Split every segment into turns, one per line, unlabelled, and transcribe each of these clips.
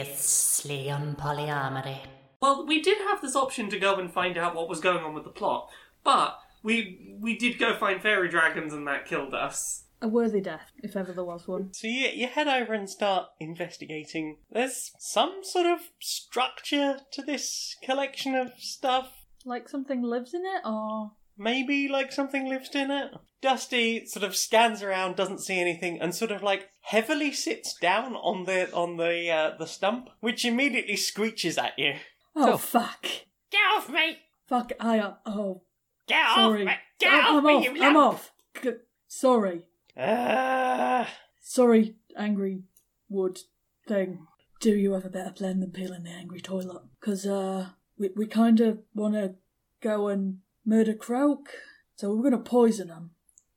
Previously on polyamory.
Well, we did have this option to go and find out what was going on with the plot, but we we did go find fairy dragons and that killed us.
A worthy death, if ever there was one.
So you, you head over and start investigating. There's some sort of structure to this collection of stuff.
Like something lives in it, or
Maybe like something lives in it. Dusty sort of scans around, doesn't see anything, and sort of like heavily sits down on the on the uh, the stump, which immediately screeches at you.
oh fuck,
Get off me!
fuck, I am. Oh,
Get
sorry,
off me! Get
I-
off
I'm
me!
off.
you
I'm
lump-
off. G- sorry,
Ah.
sorry, angry wood thing. Do you have a better plan than peeling the angry toilet? Cause uh, we we kind of want to go and murder Croak, so we're gonna poison him.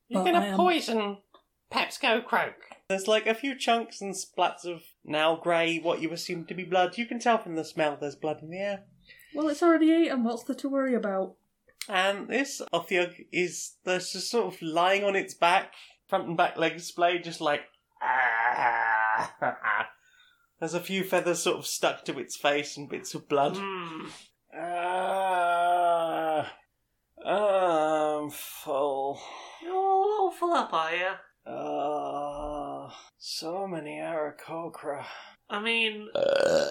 You're
But I
gonna
am-
poison Pepsco Croak. There's like a few chunks and splats of now grey, what you assume to be blood. You can tell from the smell there's blood in the air.
Well, it's already eaten. What's there to worry about?
And this Othiog is there's just sort of lying on its back, front and back legs splayed, just like "Ah." There's a few feathers sort of stuck to its face and bits of blood.
Hmm.
Ah, Ah, I'm full.
You're all full up, are you?
Uh, so many Aarakocra.
I mean, uh,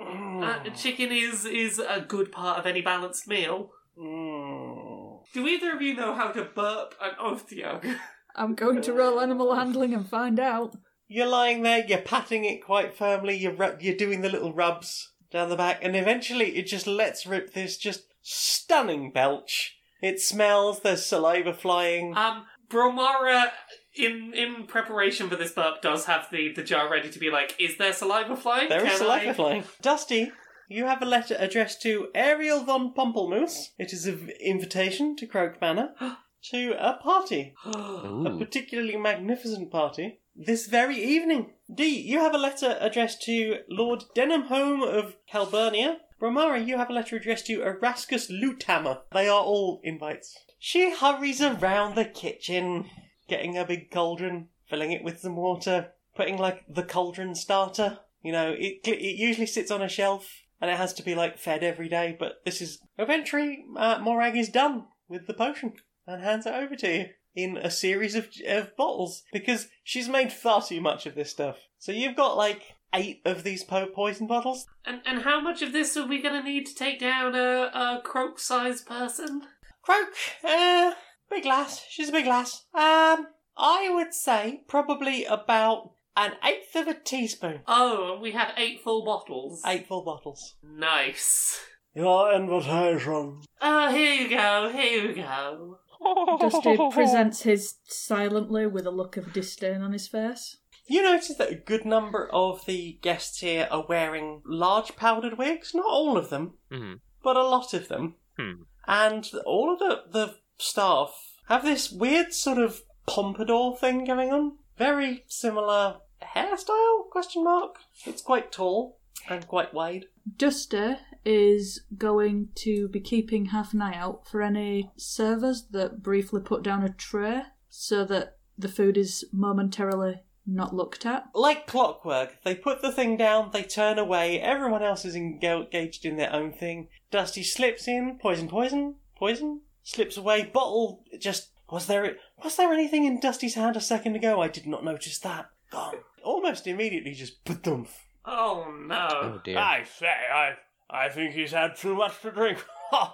Mm.
chicken is is a good part of any balanced meal.
Mm.
Do either of you know how to burp an oathiog?
I'm going to roll animal handling and find out.
You're lying there, you're patting it quite firmly, you're, ru- you're doing the little rubs down the back, and eventually it just lets rip this just stunning belch. It smells, there's saliva flying.
Um, Bromara, in in preparation for this burp, does have the the jar ready to be like, is there saliva flying?
there is
Can
saliva
I-"
flying. Dusty, you have a letter addressed to Ariel von Pompelmoose. It is an invitation to Croak Manor to a party. a particularly magnificent party this very evening. D, you have a letter addressed to Lord Denhamhome of Calburnia. Romara, you have a letter addressed to Erascus Lutammer. They are all invites. She hurries around the kitchen, getting a big cauldron, filling it with some water, putting like the cauldron starter. You know, it cl- it usually sits on a shelf and it has to be like fed every day. But this is eventually uh, Morag is done with the potion and hands it over to you in a series of, of bottles because she's made far too much of this stuff. So you've got like eight of these po- poison bottles.
And and how much of this are we going to need to take down a a croak sized person?
Croak, uh, big lass. She's a big lass. Um, I would say probably about an eighth of a teaspoon.
Oh, and we have eight full bottles.
Eight full bottles.
Nice.
Your invitation.
Oh, here you go. Here you go.
Dusty presents his silently with a look of disdain on his face.
You notice that a good number of the guests here are wearing large powdered wigs. Not all of them,
Mhm.
but a lot of them.
Hmm.
And all of the, the staff have this weird sort of pompadour thing going on. Very similar hairstyle? Question mark. It's quite tall and quite wide.
Duster is going to be keeping half an eye out for any servers that briefly put down a tray so that the food is momentarily not looked at.
Like clockwork, they put the thing down, they turn away, everyone else is enga- engaged in their own thing. Dusty slips in, poison, poison, poison, slips away, bottle just. Was there, was there anything in Dusty's hand a second ago? I did not notice that. Gone. Almost immediately, just put
Oh
Oh
no.
dear.
I say, I I think he's had too much to drink.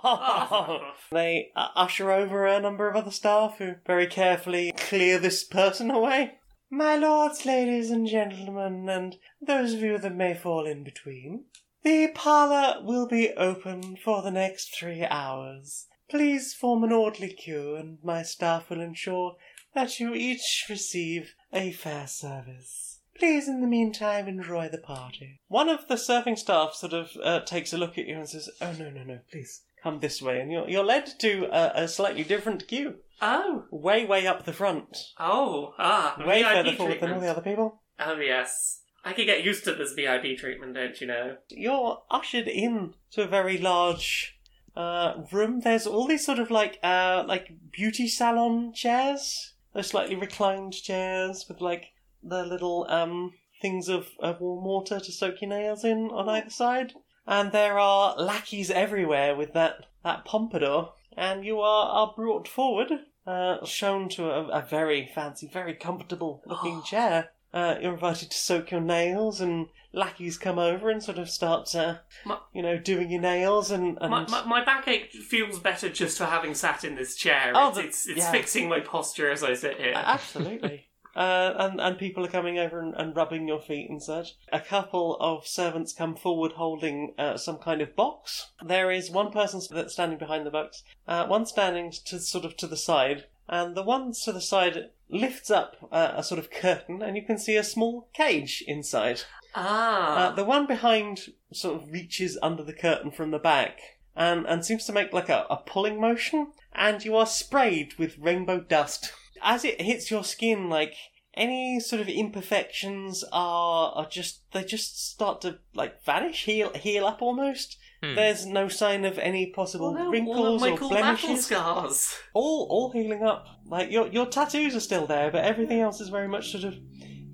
Oh.
they uh, usher over a number of other staff who very carefully clear this person away. My lords, ladies, and gentlemen, and those of you that may fall in between, the parlour will be open for the next three hours. Please form an orderly queue, and my staff will ensure that you each receive a fair service. Please, in the meantime, enjoy the party. One of the serving staff sort of uh, takes a look at you and says, "Oh no, no, no! Please come this way." And you're you're led to a, a slightly different queue,
Oh.
way way up the front,
Oh. Ah.
way
VIP
further forward than all
treatment.
the other people.
Oh yes. I could get used to this VIP treatment, don't you know?
you're ushered in to a very large uh, room. There's all these sort of like uh, like beauty salon chairs, those slightly reclined chairs with like the little um things of, of warm water to soak your nails in on either side. And there are lackeys everywhere with that, that pompadour. And you are, are brought forward, uh, shown to a, a very fancy, very comfortable looking chair. Uh, you're invited to soak your nails, and lackeys come over and sort of start, uh,
My-
you know, doing your nails and. and...
My, my, my backache feels better just for having sat in this chair.
Oh,
it's
the-
it's, it's
yeah. uh,
fixing my posture as I sit here.
A- Absolutely. Uh, and, and people are coming over and, and rubbing your feet and such. A couple of servants come forward holding uh, some kind of box. There is one person s- that's standing behind the box, uh, one standing to sort of to the side, and the one to the side lifts up uh, a sort of curtain, and you can see a small cage inside. Uh,
ah,
the one behind sort of reaches under the curtain from the back and, and seems to make like a, a pulling motion, and you are sprayed with rainbow dust. As it hits your skin, like any sort of imperfections are, are just they just start to like vanish, heal heal up almost.
Hmm.
The's no sign of any possible
Well, no, all
wrinkles
of my
or
cool battle
blemishes.
scars.
All all healing up. Like your your tattoos are still there, but everything else is very much sort of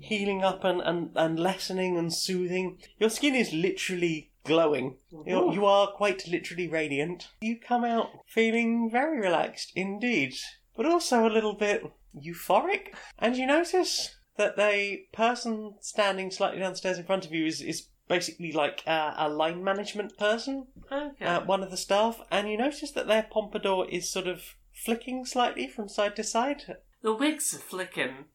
healing up and, and, and lessening and soothing. Your skin is literally glowing. You're, you are quite literally radiant. You come out feeling very relaxed indeed, but also a little bit euphoric. And you notice that the person standing slightly downstairs in front of you is, is basically like a, a line management person,
Okay.
uh, one of the staff, and you notice that their pompadour is sort of flicking slightly from side to side.
the wigs are flicking.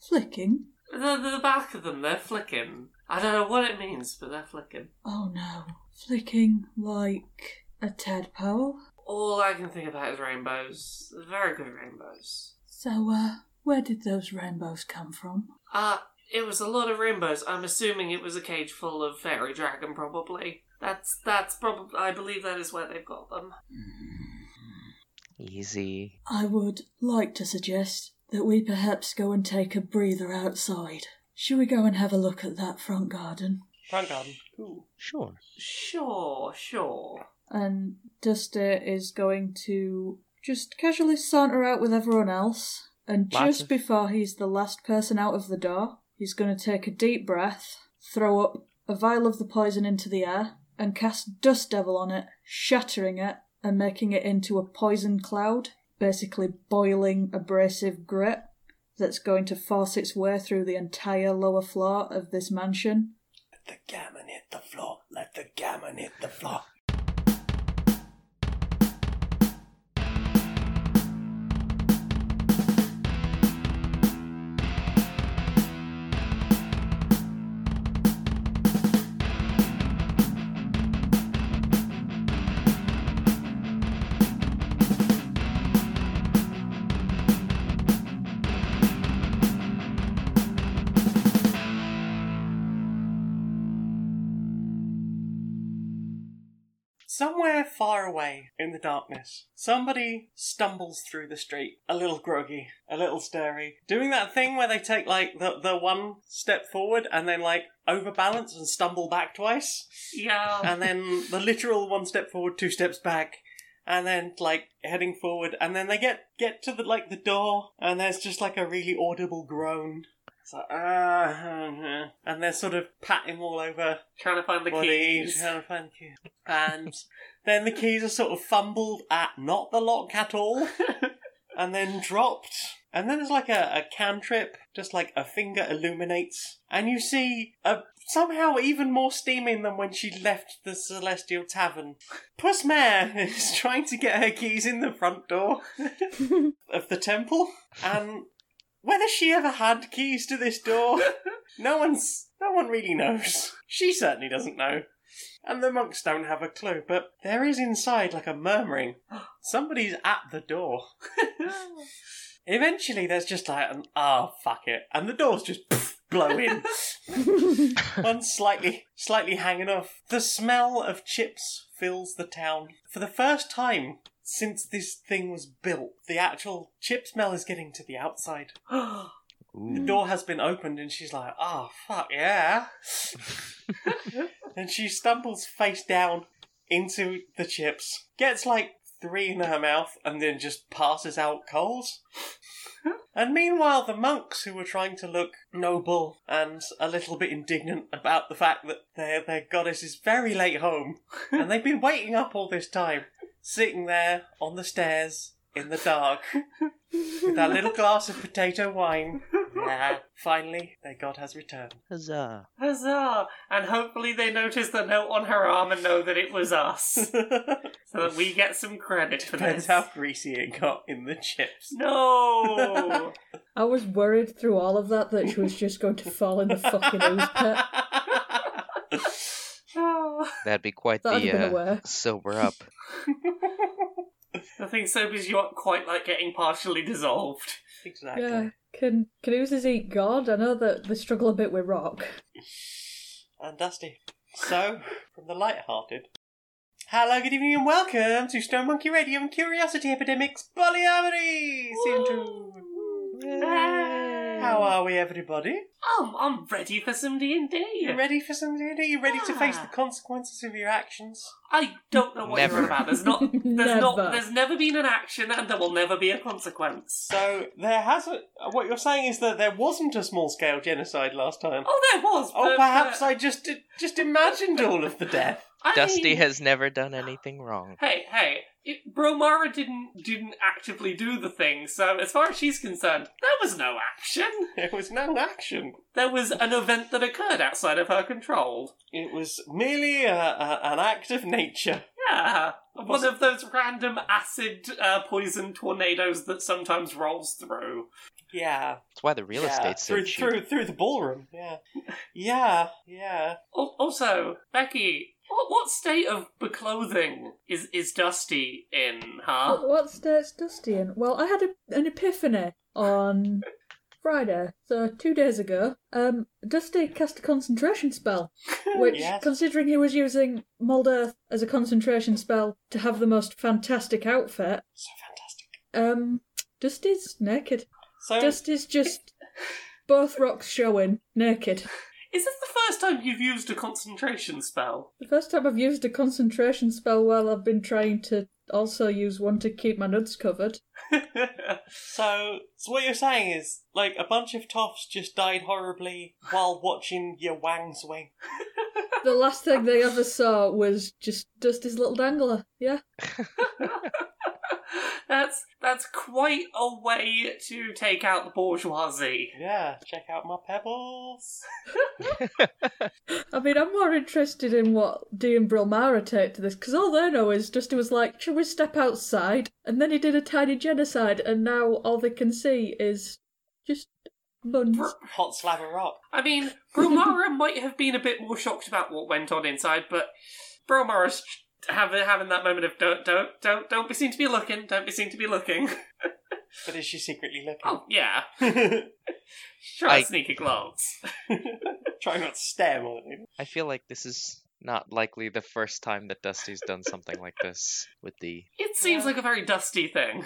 Flicking?
The, the, the back of them, they're flicking. I don't know what it means, but they're flicking.
Oh no. Flicking like a tadpole?
All I can think about is rainbows. Very good rainbows.
So, uh, where did those rainbows come from?
Uh, it was a lot of rainbows. I'm assuming it was a cage full of fairy dragon, probably. That's that's probably. I believe that is where they've got them.
Easy.
I would like to suggest that we perhaps go and take a breather outside. Shall we go and have a look at that front garden?
Front garden. Cool.
Sure.
Sure, sure.
And Duster is going to just casually saunter out with everyone else. And
Lots
just
of-
before he's the last person out of the door, he's going to take a deep breath, throw up a vial of the poison into the air, and cast Dust Devil on it, shattering it and making it into a poison cloud, basically boiling abrasive grit that's going to force its way through the entire lower floor of this mansion.
Let the gammon hit the floor. Let the gammon hit the floor. Somewhere far away in the darkness, somebody stumbles through the street, a little groggy, a little stirry, doing that thing where they take like the, the one step forward and then like overbalance and stumble back twice,
Yeah.
and then the literal one step forward, two steps back, and then like heading forward, and then they get get to the like the door, and there's just like a really audible groan. It's like, ah, and they're sort of patting all over
trying to find the
what are you
keys.
trying to find the keys? And then the keys are sort of fumbled at not the lock at all, and then dropped. And then it's like a, a cantrip, just like a finger illuminates, and you see a somehow even more steaming than when she left the Celestial Tavern. Puss Mare is trying to get her keys in the front door of the temple, and whether she ever had keys to this door, no one's no one really knows. She certainly doesn't know. And the monks don't have a clue, but there is inside like a murmuring. Somebody's at the door. Eventually there's just like an ah fuck it. And the doors just pff, blow in. One slightly slightly hanging off. The smell of chips fills the town. For the first time since this thing was built, the actual chip smell is getting to the outside. The
Ooh.
Mm.
door has been opened and she's like, oh, fuck yeah. and she stumbles face down into the chips, gets like three in her mouth and then just passes out cold. and meanwhile, the monks who were trying to look noble and a little bit indignant about the fact that their, their goddess is very late home and they've been waiting up all this time, sitting there on the stairs in the dark with that little glass of potato wine. Yeah, finally, their god has returned.
Huzzah.
Huzzah! And hopefully they notice the note on her arm and know that it was us, so that we get some credit for
Depends
this.
how greasy it got in the chips.
No.
I was worried through all of that that she was just going to fall in the fucking ooze pit.
oh.
That'd be quite
That'd
the
have been a
uh,
wear.
sober up.
The thing soap is you aren't quite like getting partially dissolved.
exactly.
Yeah. Can can oozes eat God? I know that they struggle a bit with rock.
And Dusty. So, from the light-hearted. Hello, good evening, and welcome to Stone Monkey Radio and Curiosity Epidemics Polyamory Syndrome. How are we, everybody?
Um, I'm ready for some D and D.
You ready for some Are you ready to face
Yeah.
the consequences of your actions?
I don't know what
Never.
you're on about. There's not. There's not.
Never.
There's never been an action, and there will never be a consequence.
So, there hasn't. What you're saying is that there wasn't a small-scale genocide last time.
Oh, uh, there was.
Oh,
but-
perhaps
but-
I just did, just imagined all of the death.
I
Dusty
mean-
has never done anything wrong.
Hey, hey. It, Bromara didn't didn't actively do the thing, so as far as she's concerned, there was no action.
There was no action.
There was an event that occurred outside of her control.
It was merely a, a, an act of nature.
Yeah, one of those random acid uh, poison tornadoes that sometimes rolls through.
Yeah.
That's why the real
yeah.
estate's so
through,
cheap.
through through the ballroom. Yeah. Yeah. Yeah.
Al- Also, Becky, what, what state of beclothing is is Dusty in?
Ah.
Huh?
What, what state's Dusty in? Well, I had a, an epiphany on Friday, so two days ago. Um, Dusty cast a concentration spell, which,
Yes.
considering he was using Mold Earth as a concentration spell to have the most fantastic outfit,
So fantastic.
um, Dusty's naked.
So
Dusty's just both rocks showing, naked.
Is this the first time you've used a concentration spell?
The first time I've used a concentration spell while I've been trying to also use one to keep my nuts covered.
so so what you're saying is like a bunch of toffs just died horribly while watching your wang swing.
The last thing they ever saw was just Dusty's little dangler. Yeah.
that's that's quite a way to take out the bourgeoisie.
Yeah. Check out my pebbles.
I mean, I'm more interested in what Dee and Brilmara take to this, because all they know is Dusty was like, shall we step outside? And then he did a tiny genocide, and now all they can see is just buns.
Hot slab of rock.
I mean, Bromara might have been a bit more shocked about what went on inside, but Bromara's having having that moment of don't don't don't don't be seen to be looking, don't be seen to be looking.
But is she secretly looking?
Oh yeah, sure,
I-
sneak a glance.
Try not to stare more than
I feel like this is not likely the first time that Dusty's done something like this with the.
It seems
Yeah.
like a very dusty thing.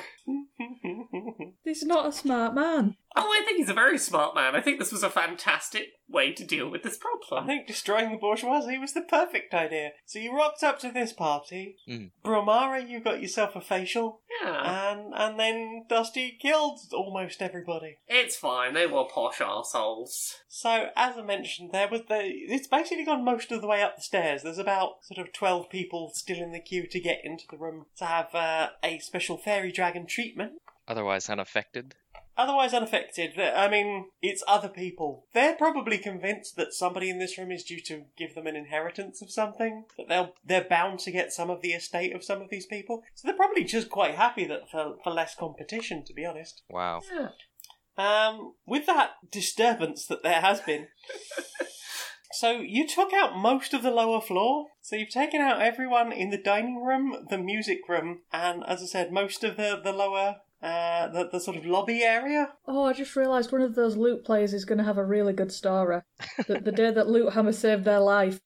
He's not a smart man.
Oh, I think he's a very smart man. I think this was a fantastic way to deal with this
I
problem.
think destroying the bourgeoisie was the perfect idea. So you rocked up to this party.
Mm.
Bromara, you got yourself a facial.
Yeah.
And and then Dusty killed almost everybody.
It's fine, they were posh arseholes.
So as I mentioned, there was the it's basically gone most of the way up the stairs. There's about sort of twelve people still in the queue to get into the room to have uh, a special fairy dragon treatment.
Otherwise unaffected.
Otherwise unaffected. Th- I mean, it's other people. They're probably convinced that somebody in this room is due to give them an inheritance of something. That they'll they're bound to get some of the estate of some of these people. So they're probably just quite happy that for, for less competition, to be honest.
Wow.
Yeah.
Um, with that disturbance that there has been. so you took out most of the lower floor. So you've taken out everyone in the dining room, the music room, and as I said, most of the the lower. Uh, the, the sort of lobby area.
Oh, I just realised one of those loot players is going to have a really good story. the, the day that Loot Hammer saved their life.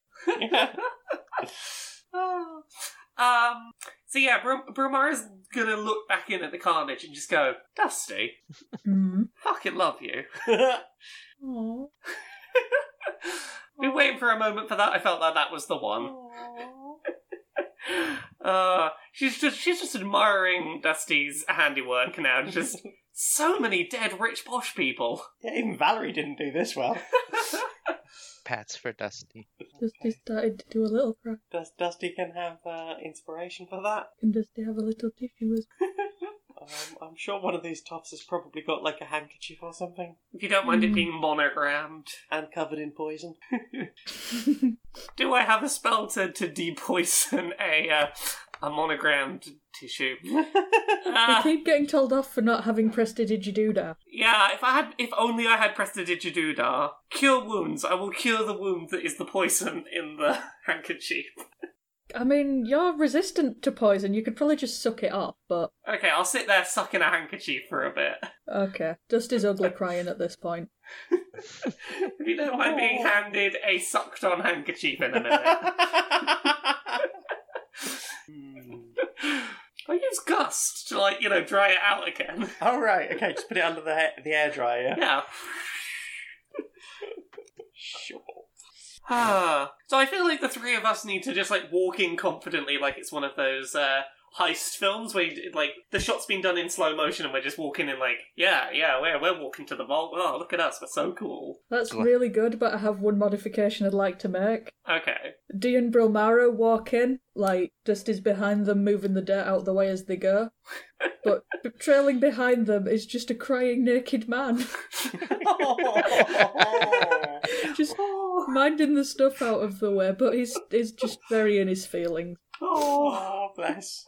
Oh. Um, so yeah, Br- Bromara's gonna look back in at the carnage and just go, Dusty,
Hmm.
fucking love you.
Aww.
Been waiting for a moment for that, I felt like that was the one. Uh, she's just she's just admiring Dusty's handiwork now. Just so many dead rich posh people.
Yeah, even Valerie didn't do this well.
Pats for Dusty.
Dusty started to do a little cry.
Does Dusty can have uh, inspiration for that?
Can Dusty have a little tissue? As...
Um, I'm sure one of these tops has probably got like a handkerchief or something,
If you don't mind it being monogrammed,
and covered in poison.
do I have a spell to to depoison a uh, a monogrammed tissue?
I
Uh,
keep getting told off for not having prestidigidoodah.
Yeah, if I had, if only I had Prestidigidoodah. Cure wounds. I will cure the wound that is the poison in the handkerchief.
I mean, you're resistant to poison. You could probably just suck it up, but
Okay, I'll sit there sucking a handkerchief for a bit.
okay. Dusty's ugly crying at this point.
If you don't mind being handed a sucked-on handkerchief in a minute, I use gust to like you know dry it out again.
All right, okay, just put it under the ha- the air dryer.
Yeah.
Sure.
Ah. so I feel like the three of us need to just like walk in confidently, like it's one of those uh, heist films where you, like the shot's been done in slow motion and we're just walking in, like yeah, yeah, we're we're walking to the vault. Oh, look at us, we're so cool.
That's
Gla-
really good, but I have one modification I'd like to make.
Okay,
Dee and Brilmaro walk in, like Dusty's behind them, moving the dirt out the way as they go. But b- trailing behind them is just a crying naked man,
Oh,
just minding the stuff out of the way. But he's he's just burying his feelings.
Oh,
oh, bless.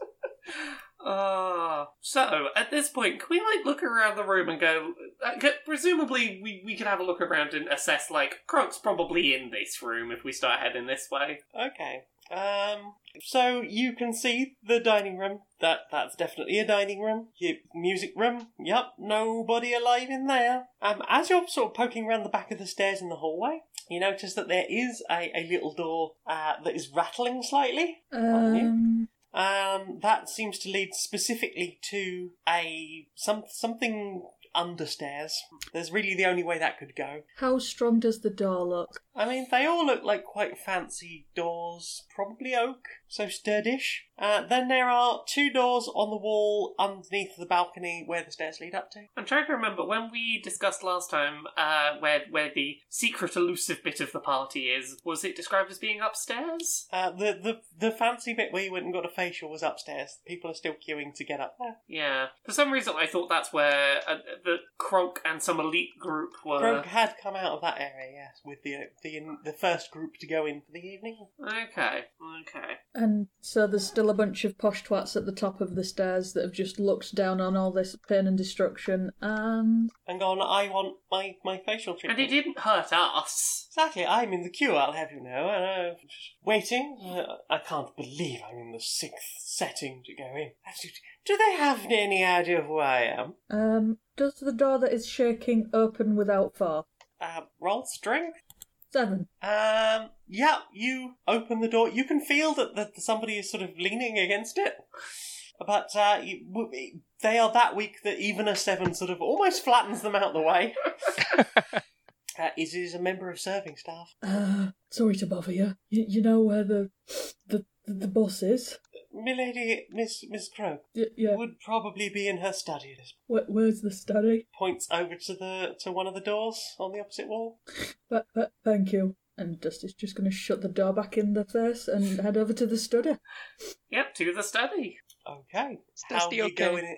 uh, so at this point, can we like look around the room and go? Uh, c- presumably, we we can have a look around and assess like Croc's probably in this room if we start heading this way.
Okay. Um. So you can see the dining room. That that's definitely a dining room. Your music room. Yep. Nobody alive in there. Um. As you're sort of poking around the back of the stairs in the hallway, you notice that there is a, a little door uh, that is rattling slightly.
Um,
Um. That seems to lead specifically to a some something under stairs. There's really the only way that could go.
how strong does the door look?
I mean, they all look like quite fancy doors, probably oak, so sturdish. Uh, then there are two doors on the wall underneath the balcony where the stairs lead up to.
I'm trying to remember when we discussed last time uh, where where the secret elusive bit of the party is. Was it described as being upstairs?
Uh, the, the the fancy bit where you went and got a facial was upstairs. People are still queuing to get up there.
Yeah. For some reason, I thought that's where uh, the Croak and some elite group were.
Grog had come out of that area, yes, with the the the first group to go in for the evening.
Okay. Okay.
And so there's still a bunch of posh twats at the top of the stairs that have just looked down on all this pain and destruction. And
And gone, I want my, my facial
And
treatment.
it didn't hurt us.
Exactly, I'm in the queue, I'll have you know. And, uh, waiting. Uh, I can't believe I'm in the sixth setting to go in. Absolutely. Do they have any idea of who I am?
um, does the door that is shaking open without force?
Uh, roll strength?
Seven.
Um, yeah, you open the door. You can feel that, that somebody is sort of leaning against it. But uh, you, w- they are that weak that even a seven sort of almost flattens them out the way. uh, is is a member of serving staff.
Uh, sorry to bother you. You, you know where the the the boss is?
Milady, Miss Miss Croak,
Y- yeah.
would probably be in her study at this
Where, where's the study?
points over to the to one of the doors on the opposite wall.
But, but thank you. And Dusty's just going to shut the door back in the face and head over to the study.
Yep, to the study.
Okay.
Is
How
Dusty
you
okay?
going?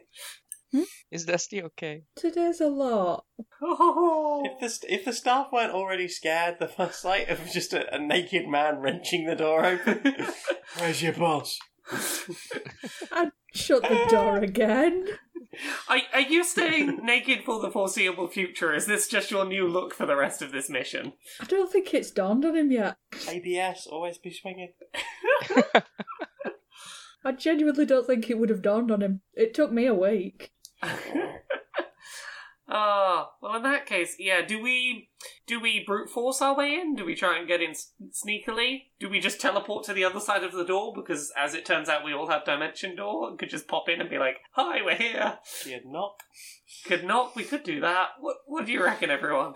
in-
Is Dusty okay?
Today's a lot.
Oh,
If the st- if the staff weren't already scared, the first sight of just a, a naked man wrenching the door open. Where's your boss?
I shut the door again.
are, are you staying naked for the foreseeable future? Is this just your new look for the rest of this mission?
I don't think it's dawned on him yet.
ABS always be swinging.
I genuinely don't think it would have dawned on him. It took me a week.
Ah, well, in that case, yeah. Do we do we brute force our way in? Do we try and get in s- sneakily? Do we just teleport to the other side of the door? Because as it turns out, we all have dimension door and could just pop in and be like, "Hi, we're here."
Do you knock?
Could not. We could do that. What What do you reckon, everyone?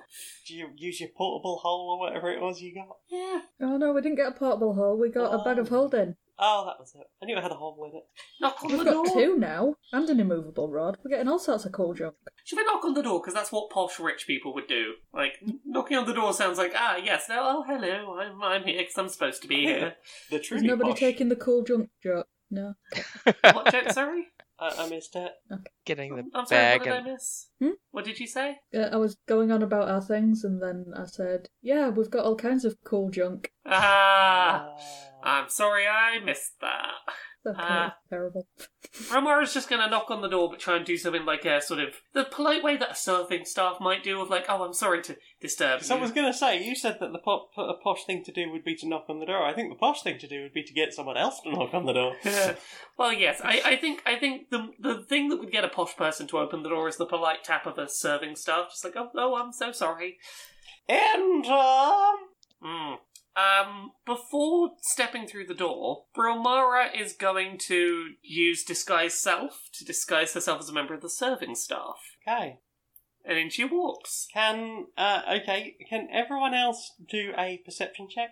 Do you use your portable hole or whatever it was you got?
Yeah.
Oh no, we didn't get a portable hole. We got a bag of holding.
Oh, that was it. I knew I had a hole with it.
Knock on
We've
the door.
got two now, and an immovable rod. We're getting all sorts of cool junk.
Should we knock on the door? Because that's what posh rich people would do. Like kn- knocking on the door sounds like ah yes no oh hello I'm I'm here because I'm supposed to be here.
The
Is
truly
nobody
posh.
taking the cool junk joke? No.
what joke? Sorry,
I, I missed it.
Getting the
I'm sorry. What
bag
did
and
I miss?
Hmm?
What did you say?
Uh, I was going on about our things, and then I said, "Yeah, we've got all kinds of cool junk."
Ah,
Ah.
I'm sorry I missed that.
That
Ah.
terrible.
Romaro's just going to knock on the door, but try and do something like a sort of the polite way that a serving staff might do, of like, "Oh, I'm sorry to disturb
So I was
you."
going to say, you said that the po- po- a posh thing to do would be to knock on the door. I think the posh thing to do would be to get someone else to knock on the door.
well, yes, I, I think I think the the thing that would get a posh person to open the door is the polite tap of a serving staff, just like, "Oh, oh, I'm so sorry."
Enter!
Mm. Um, before stepping through the door, Bromara is going to use disguise self to disguise herself as a member of the serving staff,
Okay.
and in she walks.
Can, uh, okay, can everyone else do a perception check?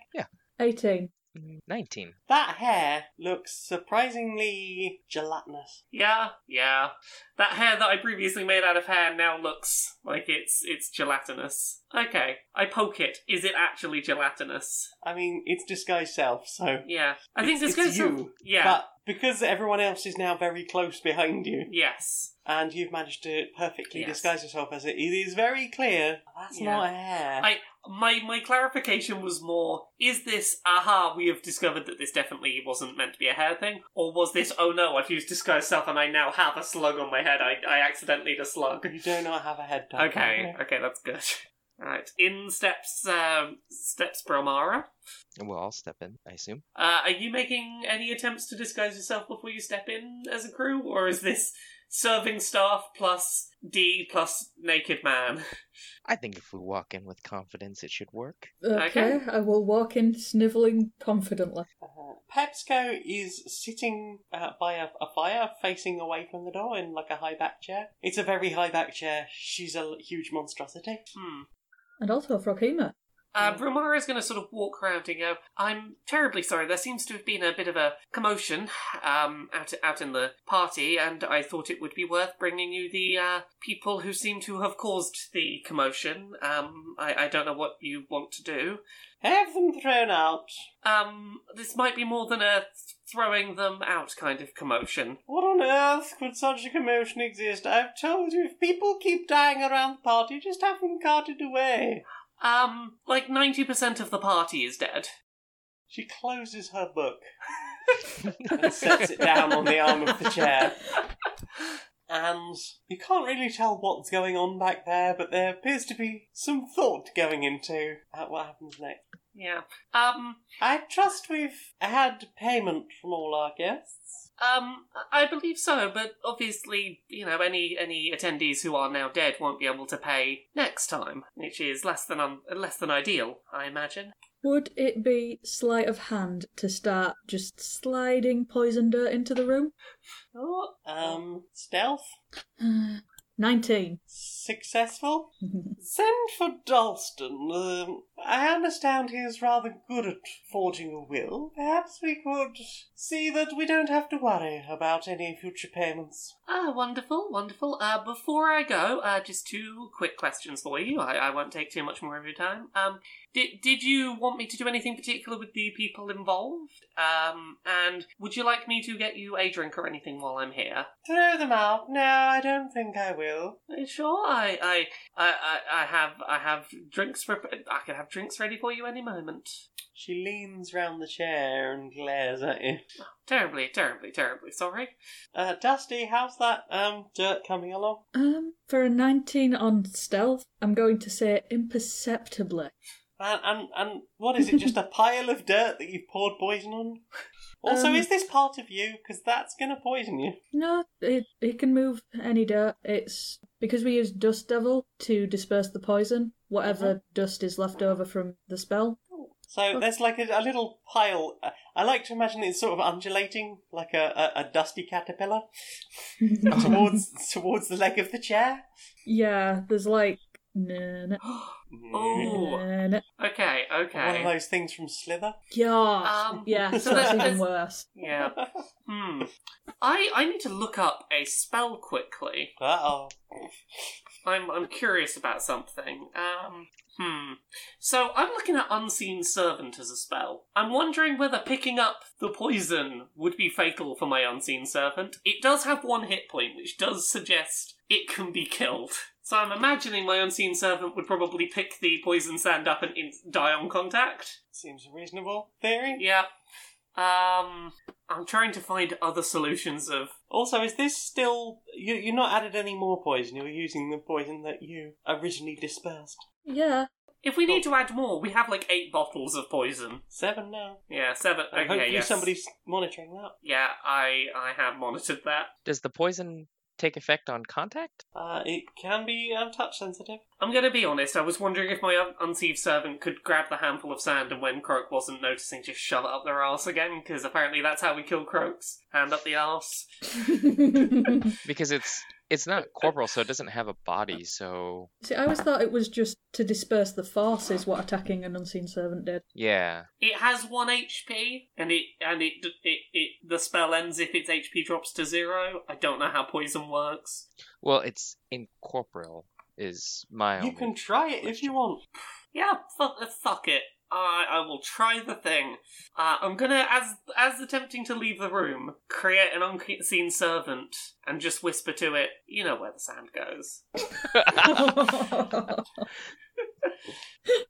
Eighteen.
Mm, nineteen.
That hair looks surprisingly gelatinous.
Yeah, yeah. That hair that I previously made out of hair now looks like it's it's gelatinous. Okay, I poke it. Is it actually gelatinous?
I mean, it's disguised self, so.
Yeah, I think
It's-
this goes.
it's
to-
you,
Yeah.
But because everyone else is now very close behind you,
Yes.
and you've managed to perfectly
Yes.
disguise yourself as it, it is very clear that's
Yeah.
not a hair.
I my my clarification was more: is this aha? We have discovered that this definitely wasn't meant to be a hair thing, or was this oh no? I've used disguise self and I now have a slug on my head. I I accidentally did a slug.
You do not have a head tie.
Okay, okay, that's good. Right, in steps um, steps Bromara.
Well, I'll step in, I assume.
Uh, are you making any attempts to disguise yourself before you step in as a crew, or is this serving staff plus D plus naked man?
I think if we walk in with confidence, it should work.
Okay, I will walk in snivelling confidently.
Uh, Pepsco is sitting uh, by a, a fire, facing away from the door in like a high back chair. It's a very high back chair. She's a l- huge monstrosity.
Hmm.
And also Frogima.
Uh, Bromara is going to sort of walk around and go, I'm terribly sorry, there seems to have been a bit of a commotion um, out, out in the party, and I thought it would be worth bringing you the uh, people who seem to have caused the commotion. Um, I, I don't know what you want to do.
Have them thrown out.
Um, this might be more than a throwing them out kind of commotion.
What on earth could such a commotion exist? I've told you, if people keep dying around the party, just have them carted away.
Um, like 90% of the party is dead.
She closes her book and sets it down on the arm of the chair. And you can't really tell what's going on back there, but there appears to be some thought going into uh, what happens next.
Yeah. Um,
I trust we've had payment from all our guests.
um, I believe so, but obviously, you know, any any attendees who are now dead won't be able to pay next time, which is less than un- less than ideal, I imagine.
Would it be sleight of hand to start just sliding poison dirt into the room?
Oh, um, stealth
Nineteen.
successful. Send for Dalston. Um, I understand he is rather good at forging a will. Perhaps we could see that we don't have to worry about any future payments.
Ah, wonderful, wonderful. Uh, before I go, uh, just two quick questions for you. I, I won't take too much more of your time. Um, did did you want me to do anything particular with the people involved? Um, and would you like me to get you a drink or anything while I'm here?
Throw them out? No, I don't think I will.
Are you sure? I, I, I, I- I have, I have drinks. Pre- I can have drinks ready for you any moment.
She leans round the chair and glares at you.
Terribly, terribly, terribly sorry.
Uh, Dusty, how's that um dirt coming along?
Um, for a nineteen on stealth, I'm going to say imperceptibly.
And, and, and what is it? Just a pile of dirt that you've poured poison on? Also,
Um,
is this part of you? Because that's going to poison you.
No, it it can move any dirt. It's because we use dust devil to disperse the poison. Whatever dust is left over from the spell.
So there's like a, a little pile. I- I like to imagine it's sort of undulating, like a, a, a dusty caterpillar, towards towards the leg of the chair.
yeah, there's like Na, na,
Oh,
na, na.
okay,
One of
okay.
those things from Slither.
Gosh.
Um,
yeah,
so
so that's
that-
even
that's-
worse.
Yeah. Hmm. I I need to look up a spell quickly.
Uh oh.
I'm I'm curious about something. Um, hmm. So I'm looking at unseen servant as a spell. I'm wondering whether picking up the poison would be fatal for my unseen servant. It does have one hit point, which does suggest it can be killed. So I'm imagining my unseen servant would probably pick the poison sand up and in- die on contact.
Seems a reasonable theory.
Yeah. Um, I'm trying to find other solutions of
Also, is this still. You, you're not added any more poison, you're using the poison that you originally dispersed.
Yeah.
if we need to add more. We have like eight bottles of poison.
Seven now.
Yeah, seven.
And
Okay,
Uh, hopefully
yes.
somebody's monitoring that.
Yeah, I I have monitored that.
Does the poison take effect on contact?
Uh, it can be um, touch sensitive.
I'm gonna be honest. I was wondering if my un- unseeved servant could grab the handful of sand, and when Croak wasn't noticing, just shove it up their arse again. Because apparently that's how we kill Croaks: hand up the arse.
Because it's it's not corporal, so it doesn't have a body. So
See, I always thought it was just to disperse the farce is what attacking an unseen servant did.
yeah,
It has one HP, and it and it, it it the spell ends if its HP drops to zero. I don't know how poison works.
well, it's incorporeal is my
You
only.
can try it if you want.
Yeah, fuck, fuck it. I I will try the thing. Uh, I'm gonna, as as attempting to leave the room, create an unseen servant and just whisper to it, "You know where the sand goes."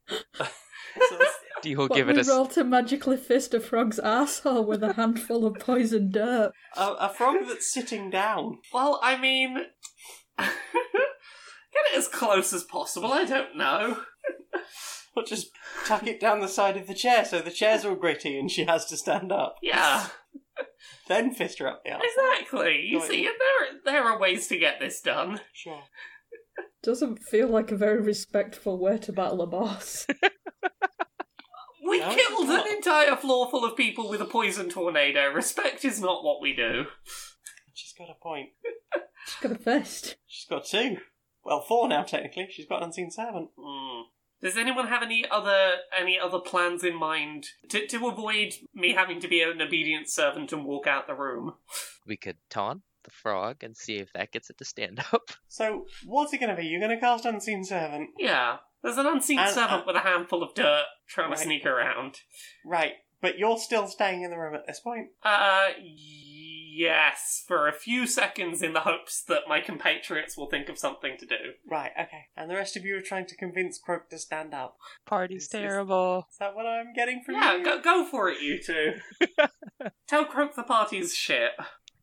So it's-
Do you will
But
give
we
it a s-
roll to magically fist a frog's asshole with a handful of poison dirt.
a, a frog that's sitting down.
Well, I mean, get it as close as possible. I don't know.
But just tuck it down the side of the chair so the chair's all gritty and she has to stand up.
Yeah,
Then fist her up the arse.
exactly. You see, there there are ways to get this done.
Sure.
Doesn't feel like a very respectful way to battle a boss.
We
No, it's
killed
not.
an entire floor full of people with a poison tornado. Respect is not what we do.
She's got a point.
She's got a fist.
She's got two. Well, four now, technically. She's got Unseen Servant.
Mm. Does anyone have any other any other plans in mind to to avoid me having to be an obedient servant and walk out the room?
we could taunt the frog and see if that gets it to stand up.
So, what's it going to be? You're going to cast Unseen Servant.
Yeah, there's an unseen
And-
servant
uh,
with a handful of dirt trying
Right.
to sneak around.
Right, but you're still staying in the room at this point.
Uh, yes, for a few seconds in the hopes that my compatriots will think of something to do.
Right, okay. And the rest of you are trying to convince Croak to stand up.
Party's
It's just-
terrible.
Is that what I'm getting from
Yeah,
you?
go go for it, you two. Tell Croak the party's shit.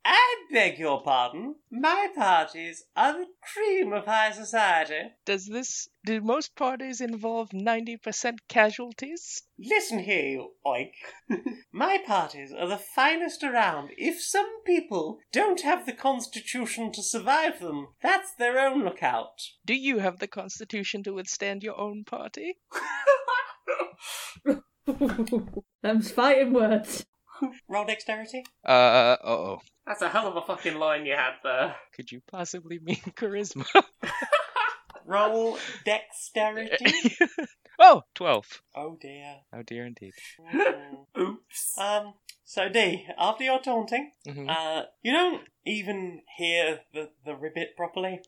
I beg your pardon. My parties are the cream of high society.
Does this do most parties involve ninety percent casualties?
Listen here, you oik. My parties are the finest around. If some people don't have the constitution to survive them, that's their own lookout.
Do you have the constitution to withstand your own party?
Them's fighting words.
Roll dexterity.
Uh oh.
That's a hell of a fucking line you had there.
Could you possibly mean charisma?
Roll dexterity.
oh, 12.
oh dear.
Oh dear, indeed.
Mm.
Oops.
um. So D, after your taunting,
Mhm.
uh, you don't even hear the the ribbit properly.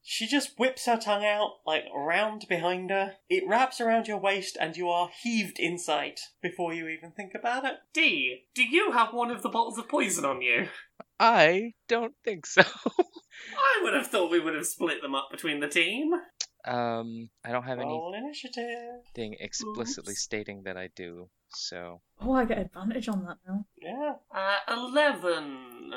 She just whips her tongue out, like round behind her. It wraps around your waist, and you are heaved inside before you even think about it.
D, do you have one of the bottles of poison on you?
I don't think so.
I would have thought we would have split them up between the team.
Um, I don't have
Roll initiative.
anything explicitly
Oops.
stating that I do. So
Oh, I get advantage on that now.
Yeah.
Uh, 11.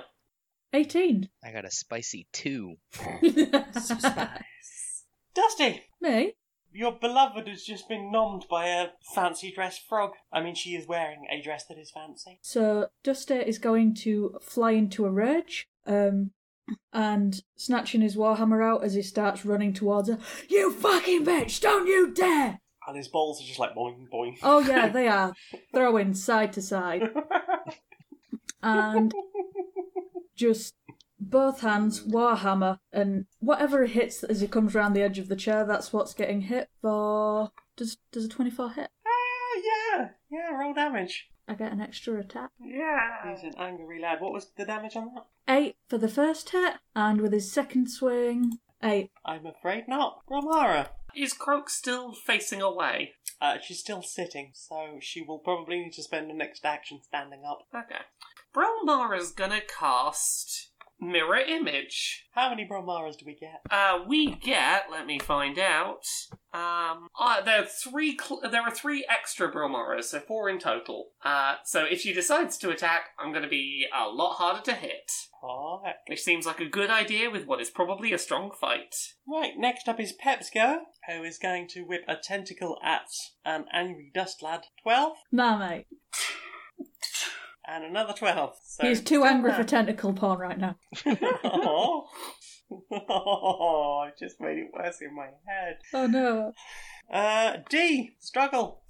18.
I got a spicy two.
Dusty,
Me?
your beloved has just been nommed by a fancy dress frog. I mean, she is wearing a dress that is fancy.
So Duster is going to fly into a rage, um, and snatching his warhammer out as he starts running towards her. You fucking bitch! Don't you dare!
And his balls are just like boing, boing.
Oh yeah, they are throwing side to side and just both hands, Warhammer, and whatever hits as he comes round the edge of the chair, that's what's getting hit for. Does, does a 24 hit?
Ah, yeah, yeah, roll damage.
I get an extra attack.
Yeah.
Oh.
He's an angry lad. What was the damage on that?
Eight for the first hit, and with his second swing, eight.
I'm afraid not. Romara.
Is Croak still facing away?
Uh, she's still sitting, so she will probably need to spend her next action standing up.
Okay. Bromara's gonna cast Mirror Image.
How many Bromaras do we get?
Uh, we get. Let me find out. Um, uh, there are three. Cl- there are three extra Bromaras, so four in total. Uh, so if she decides to attack, I'm going to be a lot harder to hit,
Oh, heck.
which seems like a good idea with what is probably a strong fight.
Right, next up is Pepsco, who is going to whip a tentacle at an angry dust lad. 12
Nah, mate.
and another 12. So
He's too angry for tentacle porn right now.
Aw. oh, I just made it worse in my head.
Oh no.
Uh, D, struggle.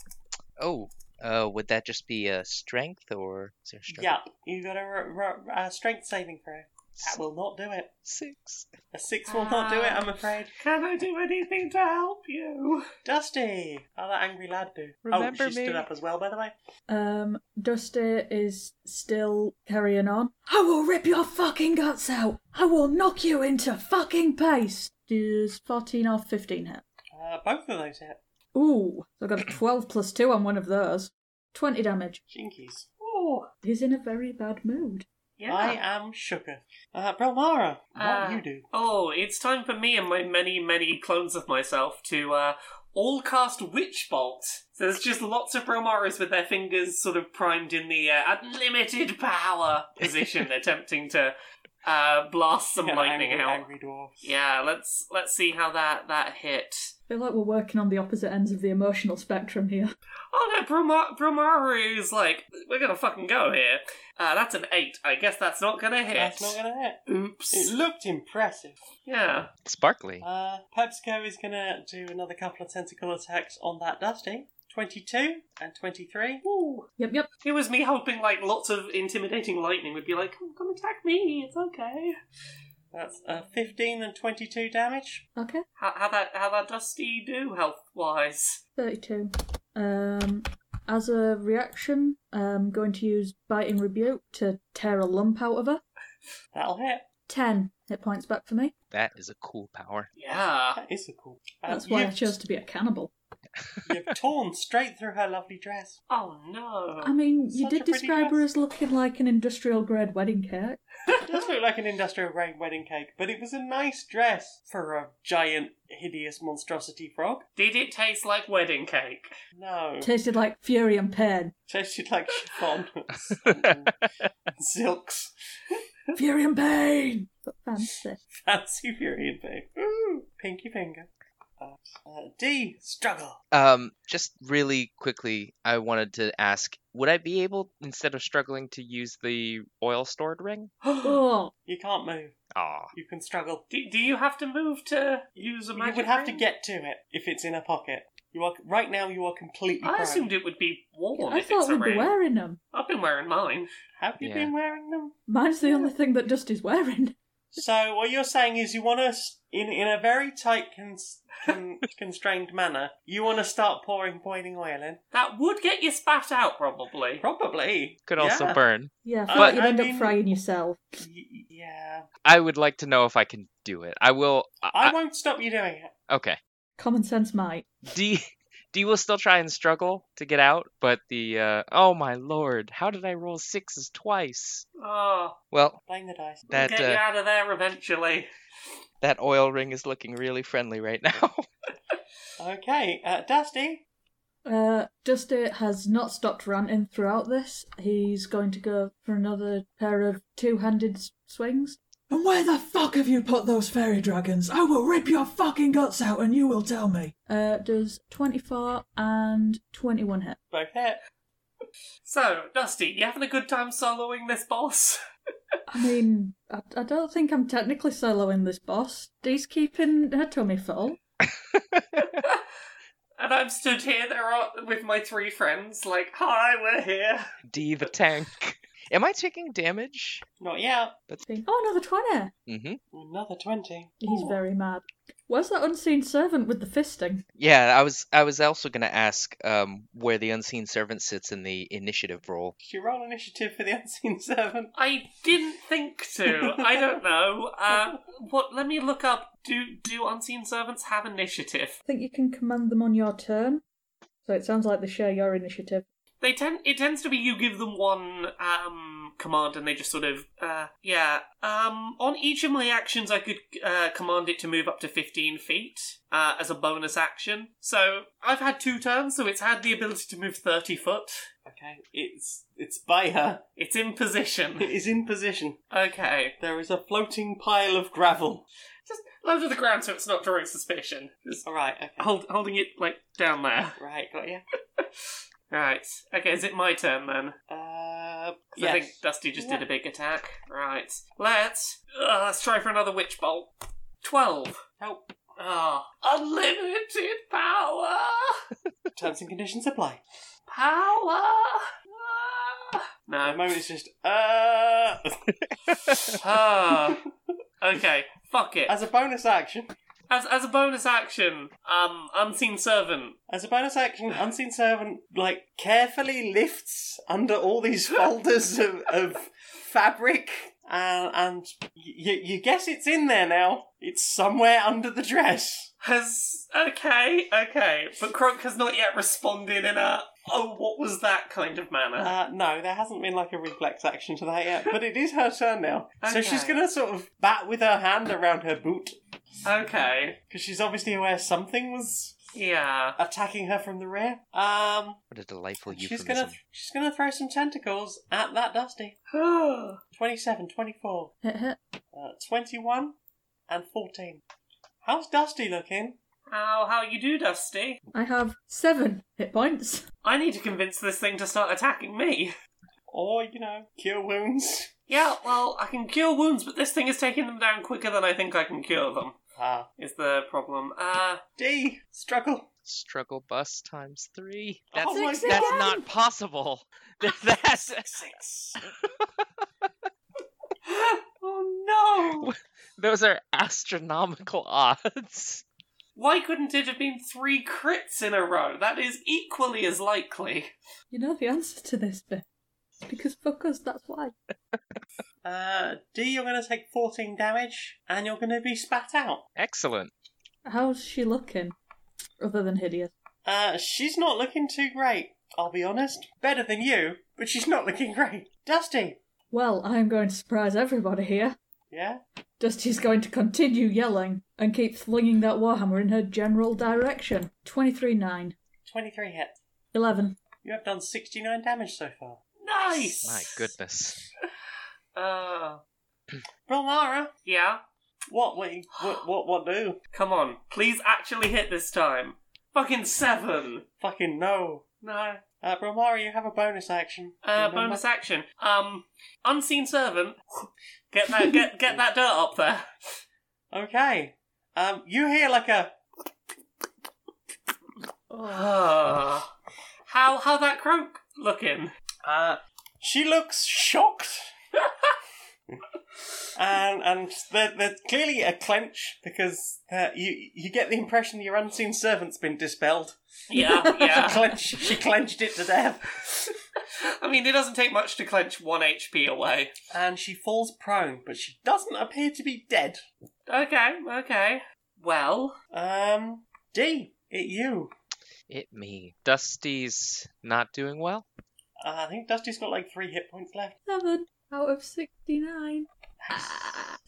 Oh, uh, would that just be uh, strength or is there strength?
Yup, you got a, r- r- a strength saving throw. That will not do it.
Six.
A six will not do it,
Ah.
I'm afraid.
Can I do anything to help you?
Dusty, how that angry lad do?
Remember
oh, she stood
me.
up as well, by the way.
Um, Dusty is still carrying on. I will rip your fucking guts out. I will knock you into fucking paste. Does 14 or 15 hit?
Uh, both of those hit.
Ooh, so I got a 12 plus 2 on one of those. 20 damage.
Jinkies.
Oh,
He's in a very bad mood.
yeah.
I am shooketh. Uh, Bromara, what
Uh,
Ah.
you do?
Oh, it's time for me and my many, many clones of myself to uh, all cast Witch Bolt. So there's just lots of Bromaras with their fingers sort of primed in the uh, unlimited power position, attempting to uh, blast some
Yeah,
lightning
angry,
out.
Angry dwarfs.
Yeah, let's let's see how that that hit.
I feel like we're working on the opposite ends of the emotional spectrum here.
Oh no, Bromar- Bromaru's like, we're gonna fucking go here. Uh, that's an eight. I guess that's not gonna hit.
That's not gonna hit.
Oops.
It looked impressive.
yeah.
Sparkly.
Uh, Pepsco is gonna do another couple of tentacle attacks on that Dusty. 22 and 23.
Ooh.
Yep, yep.
It was me hoping like lots of intimidating lightning would be like, come, come attack me, it's okay.
That's uh, 15 and 22 damage.
Okay.
How, how that how that dusty do health wise?
32. Um, as a reaction, I'm going to use Biting Rebuke to tear a lump out of her.
That'll hit.
10 hit points back for me.
That is a cool power.
Yeah.
That is a cool. Uh,
That's why I
you've-
chose to be a cannibal.
You've torn straight through her lovely dress.
Oh no.
I mean, you
Such a
did
pretty
describe her
dress.
as looking like an industrial grade wedding cake.
It does look like an industrial rain wedding cake, but it was a nice dress for a giant, hideous monstrosity frog.
Did it taste like wedding cake?
No.
Tasted like fury and pain.
Tasted like chiffon. Something. Silks.
Fury and pain! But fancy.
Fancy period, babe. Ooh, pinky finger. Uh, uh, D. Struggle.
Um, just really quickly, I wanted to ask, would I be able, instead of struggling, to use the oil stored ring?
Oh,
You can't move.
Ah,
You can struggle.
Do, do you have to move to use a
You
magic?
would have to
ring?
get to it if it's in a pocket. You are right now. You are completely.
I
prone.
assumed it would be
Oh,
warm.
I
if it's
thought
a
we'd be
ring.
wearing them.
I've been wearing mine.
Have you
Yeah.
been wearing them?
Mine's the only thing that Dusty's wearing.
So what you're saying is you want to, in in a very tight, cons- con- constrained manner, you want to start pouring boiling oil in.
That would get you spat out probably.
Probably
could also
Yeah.
burn.
Yeah, I
Uh,
feel like you'd
I
end
mean-
up frying yourself.
Y- yeah,
I would like to know if I can do it. I will.
I,
I,
won't stop you doing it.
I, okay.
Common sense might.
D. D will still try and struggle to get out, but the uh, oh my lord, how did I roll sixes twice?
Oh,
Well,
Blame the dice.
we'll
that
get you
uh,
out of there eventually.
that oil ring is looking really friendly right now.
Okay, uh, Dusty.
Uh, Dusty has not stopped ranting throughout this. He's going to go for another pair of two-handed s- swings.
And where the fuck have you put those fairy dragons? I will rip your fucking guts out and you will tell me.
Uh, does 24 and 21 hit.
Both hit.
So, Dusty, you having a good time soloing this boss?
I mean, I, I don't think I'm technically soloing this boss. He's keeping her tummy full.
And I'm stood here there are, with my three friends, like, hi, we're here.
D the tank. Am I taking damage?
Not yet.
Think, oh, another 20.
Mm-hmm.
Another 20.
He's
Ooh.
very mad. Where's that unseen servant with the fisting?
Yeah, I was I was also gonna ask um, where the unseen servant sits in the initiative roll.
Did you roll initiative for the unseen servant?
I didn't think to. I don't know. Uh, what? Let me look up. Do do unseen servants have initiative?
I think you can command them on your turn. So it sounds like they share your initiative.
They tend. It tends to be you give them one um, command, and they just sort of uh, yeah. Um, on each of my actions, I could uh, command it to move up to fifteen feet uh, as a bonus action. So I've had two turns, so it's had the ability to move thirty foot.
Okay, it's it's by her.
It's in position.
It is in position.
Okay,
There is a floating pile of gravel.
just low to the ground so it's not drawing suspicion. Just
All right. Okay.
hold, holding it like down there.
Right. Got you.
Right. Okay, is it my turn then?
Uh.
'Cause I
Yes.
think Dusty just did
Yeah.
a big attack. Right. Let's uh, let's try for another witch bolt. Twelve.
Nope.
Ah, unlimited power.
Terms and conditions apply.
Power. Ah.
At the
No.
moment, it's just uh.
Ah. okay. Fuck it.
as a bonus action,
As as a bonus action, um, unseen servant.
as a bonus action, unseen servant like carefully lifts under all these folders of, of fabric, uh, and y- y- you guess it's in there now. It's somewhere under the dress.
Has okay, okay, but Kronk has not yet responded in a oh, what was that kind of manner.
Uh, no, there hasn't been like a reflex action to that yet, but it is her turn now. So she's
Okay.
gonna sort of bat with her hand around her boot Uh.
okay,
because she's obviously aware something was
yeah.
attacking her from the rear. Um,
What a delightful
she's
euphemism.
gonna she's gonna throw some tentacles at that dusty.
Ah.
27, 24,
Hit, hit.
uh, 21, and 14. How's Dusty looking?
How how you do, Dusty?
I have seven hit points.
I need to convince this thing to start attacking me.
Or, you know, cure wounds.
Yeah, well, I can cure wounds, but this thing is taking them down quicker than I think I can cure them.
Ah.
Is the problem? Uh,
D, struggle.
Struggle bus times three. That's
oh my
Six
god.
again.
that's not possible. that's
Six.
oh no!
those are astronomical odds.
Why couldn't it have been three crits in a row? That is equally as likely.
You know the answer to this bit. It's because fuckers, that's why.
Uh, D, you're going to take 14 damage, and you're going to be spat out.
Excellent.
How's she looking? Other than hideous.
Uh, she's not looking too great, I'll be honest. Better than you, but she's not looking great. Dusty.
Well, I am going to surprise everybody here.
Yeah?
Dusty's going to continue yelling and keep flinging that warhammer in her general direction. 23 9.
23 hits.
11.
You have done 69 damage so far.
Nice.
My goodness.
Uh,
Bromara,
yeah.
what, we, what, what, what do?
Come on, please actually hit this time. Fucking seven.
Fucking no.
No.
Uh, Bromara, you have a bonus action.
Uh,
Remember?
bonus action. Um, unseen servant. Get that. Get get that dirt up there.
Okay. Um, you hear like a
Ah. how how that croak looking?
uh, she looks shocked, and and there, there's clearly a clench because uh, you you get the impression your unseen servant's been dispelled.
Yeah,
She
yeah.
clench, she clenched it to death,
I mean, it doesn't take much to clench one HP away.
and she falls prone, but she doesn't appear to be dead.
Okay, okay. Well,
Um, D, it you.
It me. Dusty's not doing well.
Uh, I think Dusty's got like three hit points left.
7 out of 69.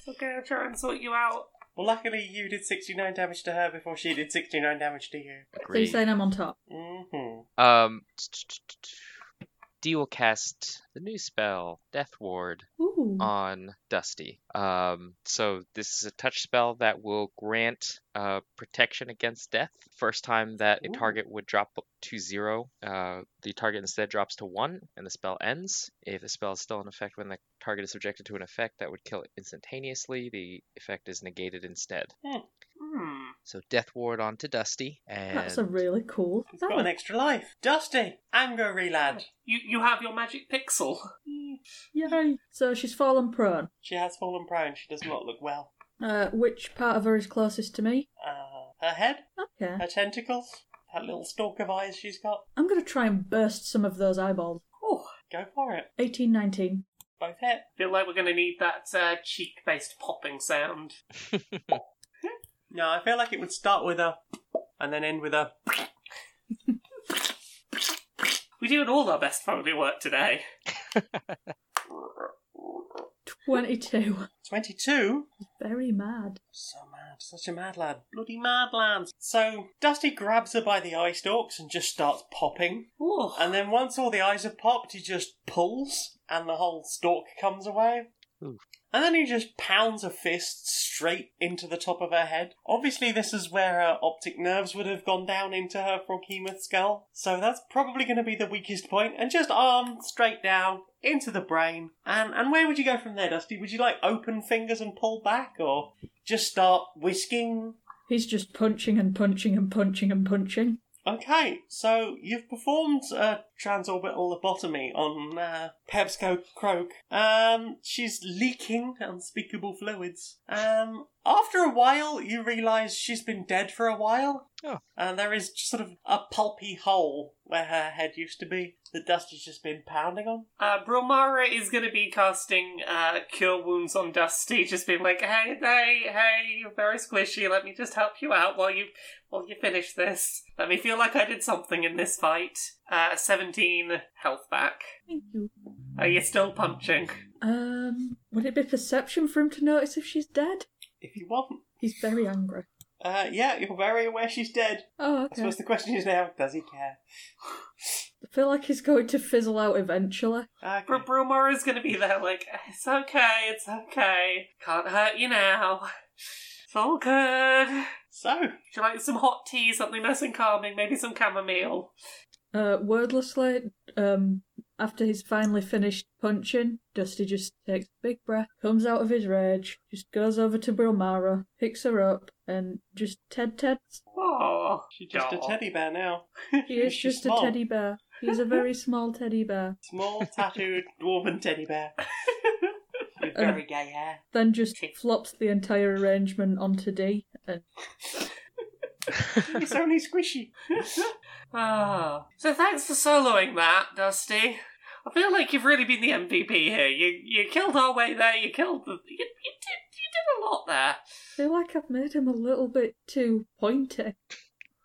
okay, I'll try and sort you out.
Well, luckily you did 69 damage to her before she did 69 damage to you.
So you're
Agreed.
saying I'm on top?
Mm-hmm.
Um, D will cast the new spell, Death Ward.
Ooh.
on Dusty. Um, so this is a touch spell that will grant uh, protection against death. First time that a
Ooh.
target would drop to zero, uh, the target instead drops to one, and the spell ends. If the spell is still in effect when the target is subjected to an effect that would kill it instantaneously, the effect is negated instead.
Hmm.
So Death Ward onto Dusty, and
That's a really cool
He's got an
spell.
extra life. Dusty, anger relad.
You you have your magic pixel.
Yay! So she's fallen prone.
She has fallen prone. She does not look well.
Uh, which part of her is closest to me?
Uh, her head,
Okay.
her tentacles, that little stalk of eyes she's got.
I'm going to try and burst some of those eyeballs.
Oh,
Go for it.
18, 19.
Both hit.
feel like we're going to need that uh, cheek-based popping sound.
No, I feel like it would start with a and then end with a.
We're doing all our best probably work today.
22.
22?
Very mad.
So mad. Such a mad lad. Bloody mad lad. So, Dusty grabs her by the eye stalks and just starts popping.
Ooh.
And then once all the eyes have popped, he just pulls and the whole stalk comes away.
Ooh.
And then he just pounds a fist straight into the top of her head. Obviously, this is where her optic nerves would have gone down into her froghemoth skull. So that's probably going to be the weakest point. And just arm straight down into the brain. And and where would you go from there, Dusty? Would you like open fingers and pull back, or just start whisking?
He's just punching and punching and punching and punching.
Okay, so you've performed a transorbital lobotomy on uh, Pepsco Croak. Um, she's leaking unspeakable fluids. Um, after a while, you realise she's been dead for a while.
Oh.
And there is just sort of a pulpy hole where her head used to be that Dusty's just been pounding on.
Uh, Bromara is going to be casting uh, Cure Wounds on Dusty, just being like, "Hey, hey, hey, you're very squishy. Let me just help you out while you while you finish this. Let me feel like I did something in this fight." Uh, Seventeen health back.
Thank you.
Are you still punching?
Um, would it be perception for him to notice if she's dead?
If you want.
He's very angry.
Uh, yeah, you're very aware she's dead.
Oh,
I
okay.
suppose the question is now, does he care?
I feel like he's going to fizzle out eventually.
Okay.
Br- Bromara is going to be there, like, "It's okay, it's okay. Can't hurt you now. It's all good."
So,
Would you like some hot tea, something nice and calming, maybe some chamomile?
Uh, wordlessly, um, after he's finally finished punching, Dusty just takes a big breath, comes out of his rage, just goes over to Bromara, picks her up, and just Ted Ted's.
Oh,
she's just a teddy bear now.
He is
She's
just
small.
a teddy bear. He's a very small teddy bear.
Small, tattooed, dwarven teddy bear with
Um,
very gay hair.
Then just flops the entire arrangement onto D. And
It's only squishy.
Ah. So thanks for soloing that, Dusty. I feel like you've really been the MVP here. You you killed our way there. You killed the. You, you did you did a lot there.
I feel like I've made him a little bit too pointy.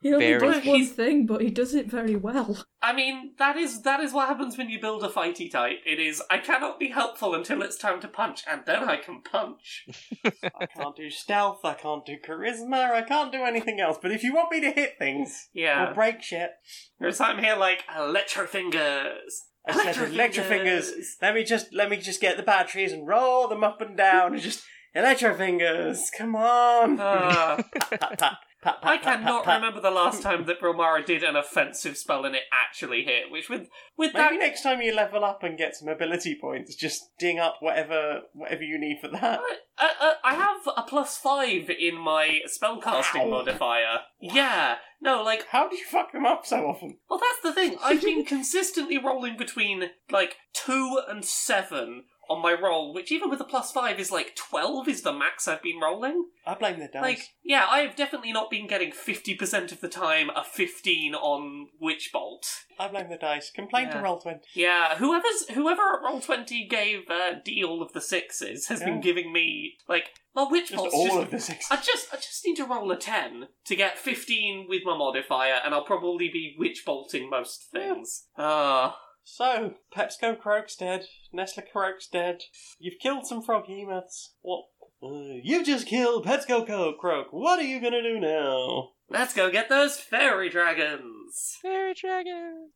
He only
Very.
does one
He's-
thing, but he does it very well.
I mean, that is that is what happens when you build a fighty type. It is I cannot be helpful until it's time to punch, and then I can punch.
I can't do stealth, I can't do charisma, I can't do anything else. But if you want me to hit things
Yeah.
or break shit,
Whereas I'm here like electro fingers.
I said
Electro
electro fingers.
fingers.
Let me just let me just get the batteries and roll them up and down and just electro fingers. Come on.
Ah.
Pat, pat, pat, pat,
I
pat, pat,
cannot
pat.
remember the last time that Bromara did an offensive spell and it actually hit. Which with with that
Maybe next time you level up and get some ability points, just ding up whatever whatever you need for that.
Uh, uh, I have a plus five in my spellcasting
Wow.
modifier. Yeah. No, like,
How do you fuck them up so often?
well, that's the thing. I've been consistently rolling between, like, two and seven on my roll, which even with a plus five is like 12 is the max I've been rolling.
I blame the dice.
Like, yeah, I have definitely not been getting 50% of the time a 15 on Witch Bolt.
I blame the dice. Complain to
Yeah.
roll twenty.
Yeah, whoever's whoever at roll twenty gave uh, D all of the sixes has
Yeah.
been giving me like my witch
Just
bolt's
all
just
of the six.
I just I just need to roll a ten to get fifteen with my modifier, and I'll probably be witch bolting most things. Ah,
So, Pepsco Croak's dead. Nestle Croak's dead. You've killed some frog hemoths. What? Uh, you've just killed Pepsco Co- Croak. What are you gonna do now?
let's go get those fairy dragons.
Fairy dragon.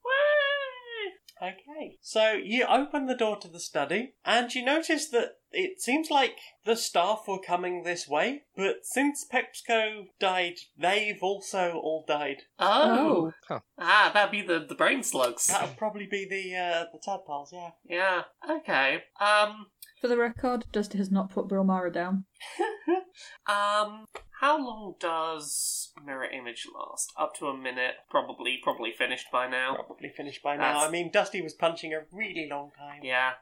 Whee!
Okay. So, you open the door to the study, and you notice that it seems like the staff were coming this way, but since Pepsco died, they've also all died.
Oh,
Oh.
ah, that'd be the the brain slugs.
That'll probably be the, uh, the tadpoles, yeah.
yeah. Okay. Um.
For the record, Dusty has not put Bromara down.
Um. How long does mirror image last? Up to a minute, probably. Probably finished by now.
Probably finished by now.
Oh. That's-
I mean, Dusty was punching a really long time.
Yeah.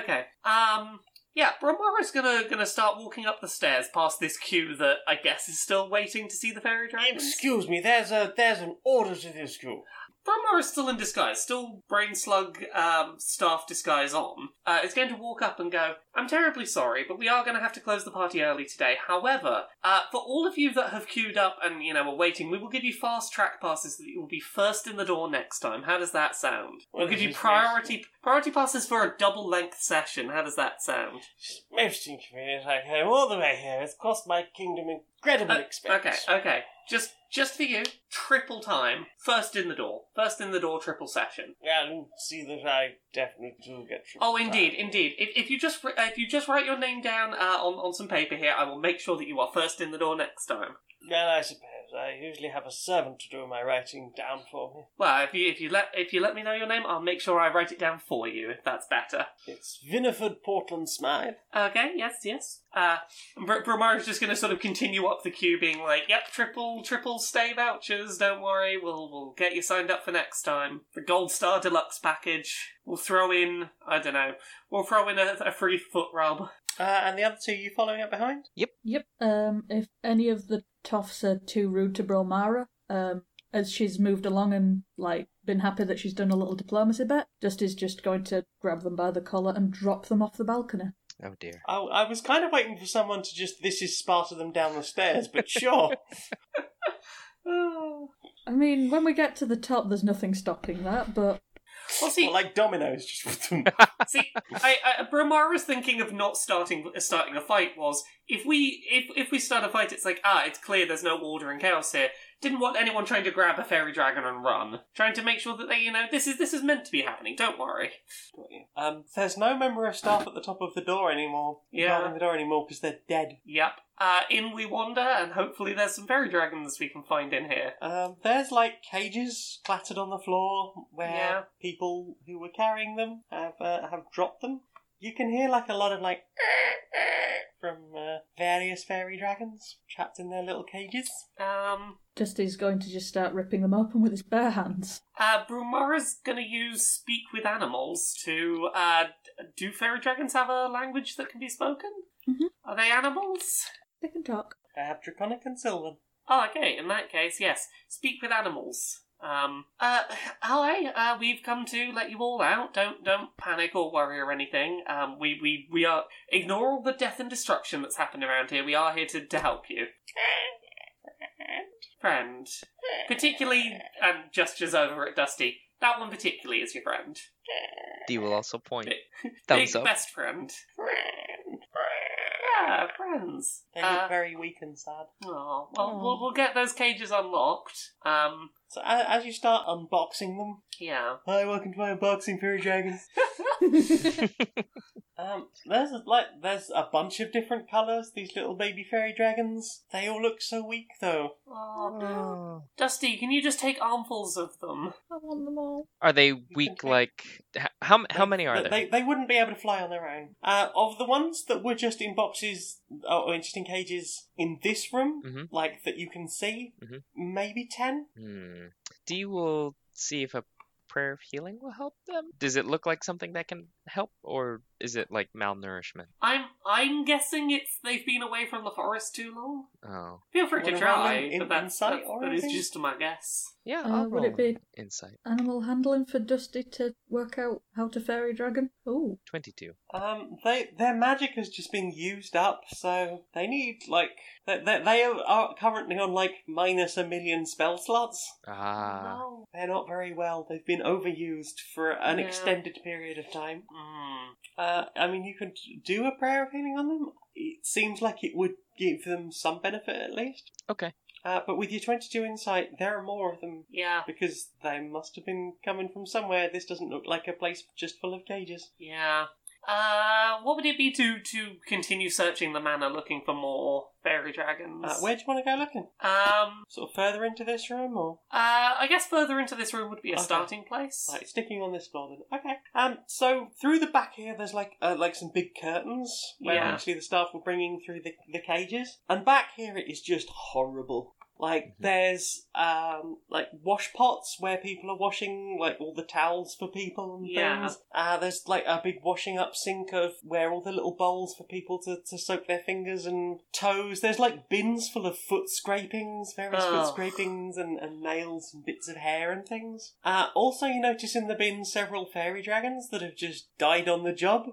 Okay. Um. Yeah, Bromara's gonna gonna start walking up the stairs past this queue that I guess is still waiting to see the fairy dragons.
Excuse me, there's a there's an order to this queue.
Bromara's still in disguise, still brain slug um, staff disguise on. Uh, it's going to walk up and go, I'm terribly sorry, but we are going to have to close the party early today. However, uh, for all of you that have queued up and, you know, are waiting, we will give you fast track passes so that you will be first in the door next time. How does that sound? We'll
Well,
give you
this is-
priority priority passes for a double length session. How does that sound?
It's most inconvenient. I came all the way here. It's cost my kingdom incredible
Uh,
expense.
Okay, okay. Just just for you, triple time, first in the door. First in the door, triple session.
And see that I definitely do get triple
Oh,
time.
indeed, indeed. If, if you just wri- if you just write your name down uh, on on some paper here, I will make sure that you are first in the door next time.
Well, I suppose I usually have a servant to do my writing down for me.
Well, if you if you let if you let me know your name, I'll make sure I write it down for you. If that's better.
It's Viniford Portland Smythe.
Okay. Yes. Yes. Uh, Br- Brumara's just going to sort of continue up the queue, being like, "Yep, triple triple stay vouchers. Don't worry, we'll we'll get you signed up for next time. The gold star deluxe package. We'll throw in I don't know. We'll throw in a, a free foot rub.
Uh, and the other two, you following up behind?
Yep. Um, if any of the toffs are too rude to Bromara, um, as she's moved along and like been happy that she's done a little diplomacy bit, Dusty's just going to grab them by the collar and drop them off the balcony.
Oh dear.
I, I was kind of waiting for someone to just, this is Sparta them down the stairs, but sure.
Oh.
I mean, when we get to the top, there's nothing stopping that. But
Well, see,
Well, like dominoes, just.
See, I, I Bromara's thinking of not starting uh, starting a fight was if we if if we start a fight, it's like ah, it's clear there's no order and chaos here. Didn't want anyone trying to grab a fairy dragon and run, trying to make sure that they you know this is this is meant to be happening. Don't worry.
um, there's no member of staff at the top of the door anymore.
Yeah.
Guarding the door anymore because they're dead.
Yep. Uh, in we wander, and hopefully there's some fairy dragons we can find in here.
Um, there's like cages clattered on the floor where
Yeah.
people who were carrying them have uh, have dropped them. You can hear like a lot of like from uh, various fairy dragons trapped in their little cages.
Um,
Dusty's going to just start ripping them open with his bare hands.
uh, Brumara's gonna use speak with animals to uh, d- do fairy dragons have a language that can be spoken?
Mhm.
Are they animals?
They can talk.
They have draconic and sylvan.
Oh, okay. In that case, yes. Speak with animals. Um. Uh. Hello. Uh. We've come to let you all out. Don't don't panic or worry or anything. Um. We we we are ignore all the death and destruction that's happened around here. We are here to to help you. Friend. Particularly, um, gestures over at Dusty. That one particularly is your friend.
D will also point.
Big
Thumbs up.
best friend. Yeah, friends.
They
Uh,
look very weak and sad.
aw, well,
Aw.
we'll we'll get those cages unlocked. Um.
So a- as you start unboxing them,
Yeah.
hi, welcome to my unboxing fairy dragon. Um, there's like there's a bunch of different colours. These little baby fairy dragons. They all look so weak though.
Oh, no. Dusty, can you just take armfuls of them?
I want them all.
Are they
can
weak?
take-
Like h- how m- how
They-
many are
they,
there?
They, they wouldn't be able to fly on their own. Uh, of the ones that were just in boxes uh, or or just in cages in this room,
Mhm.
like that you can see,
Mhm.
maybe ten.
Hmm. D will see if a prayer of healing will help them. Does it look like something that can help, or is it like malnourishment?
I'm I'm guessing it's they've been away from the forest too long.
Oh,
Feel free to
Wanna roll
try,
an in-
but that's,
insight
that's,
or
that is
anything?
just my guess.
yeah.
Uh,
I'll
would it
roll
be-
insight?
Animal handling for Dusty to work out how to fairy dragon. Oh,
Twenty-two.
Um, they their magic has just been used up, so they need like they they, they are currently on like minus a million spell slots.
Ah.
No.
They're not very well. They've been overused for an
Yeah.
extended period of time.
Mm.
Uh, I mean, you could do a prayer of healing on them. It seems like it would give them some benefit at least.
Okay.
Uh, but with your 22 insight, there are more of them
Yeah,
because they must have been coming from somewhere. This doesn't look like a place just full of cages.
yeah. Uh, what would it be to to continue searching the manor looking for more fairy dragons?
Uh, where do you want to go looking?
Um,
Sort of further into this room, or
uh, I guess further into this room would be a
Okay.
starting place.
like sticking on this floor? Then okay. Um, so through the back here, there's like uh, like some big curtains where
Yeah.
actually the staff were bringing through the the cages, and back here it is just horrible. Like there's um like wash pots where people are washing like all the towels for people and
Yeah.
things. Uh, there's like a big washing up sink of where all the little bowls for people to, to soak their fingers and toes. There's like bins full of foot scrapings, various
Oh.
foot scrapings and, and nails and bits of hair and things. Uh, also, you notice in the bin several fairy dragons that have just died on the job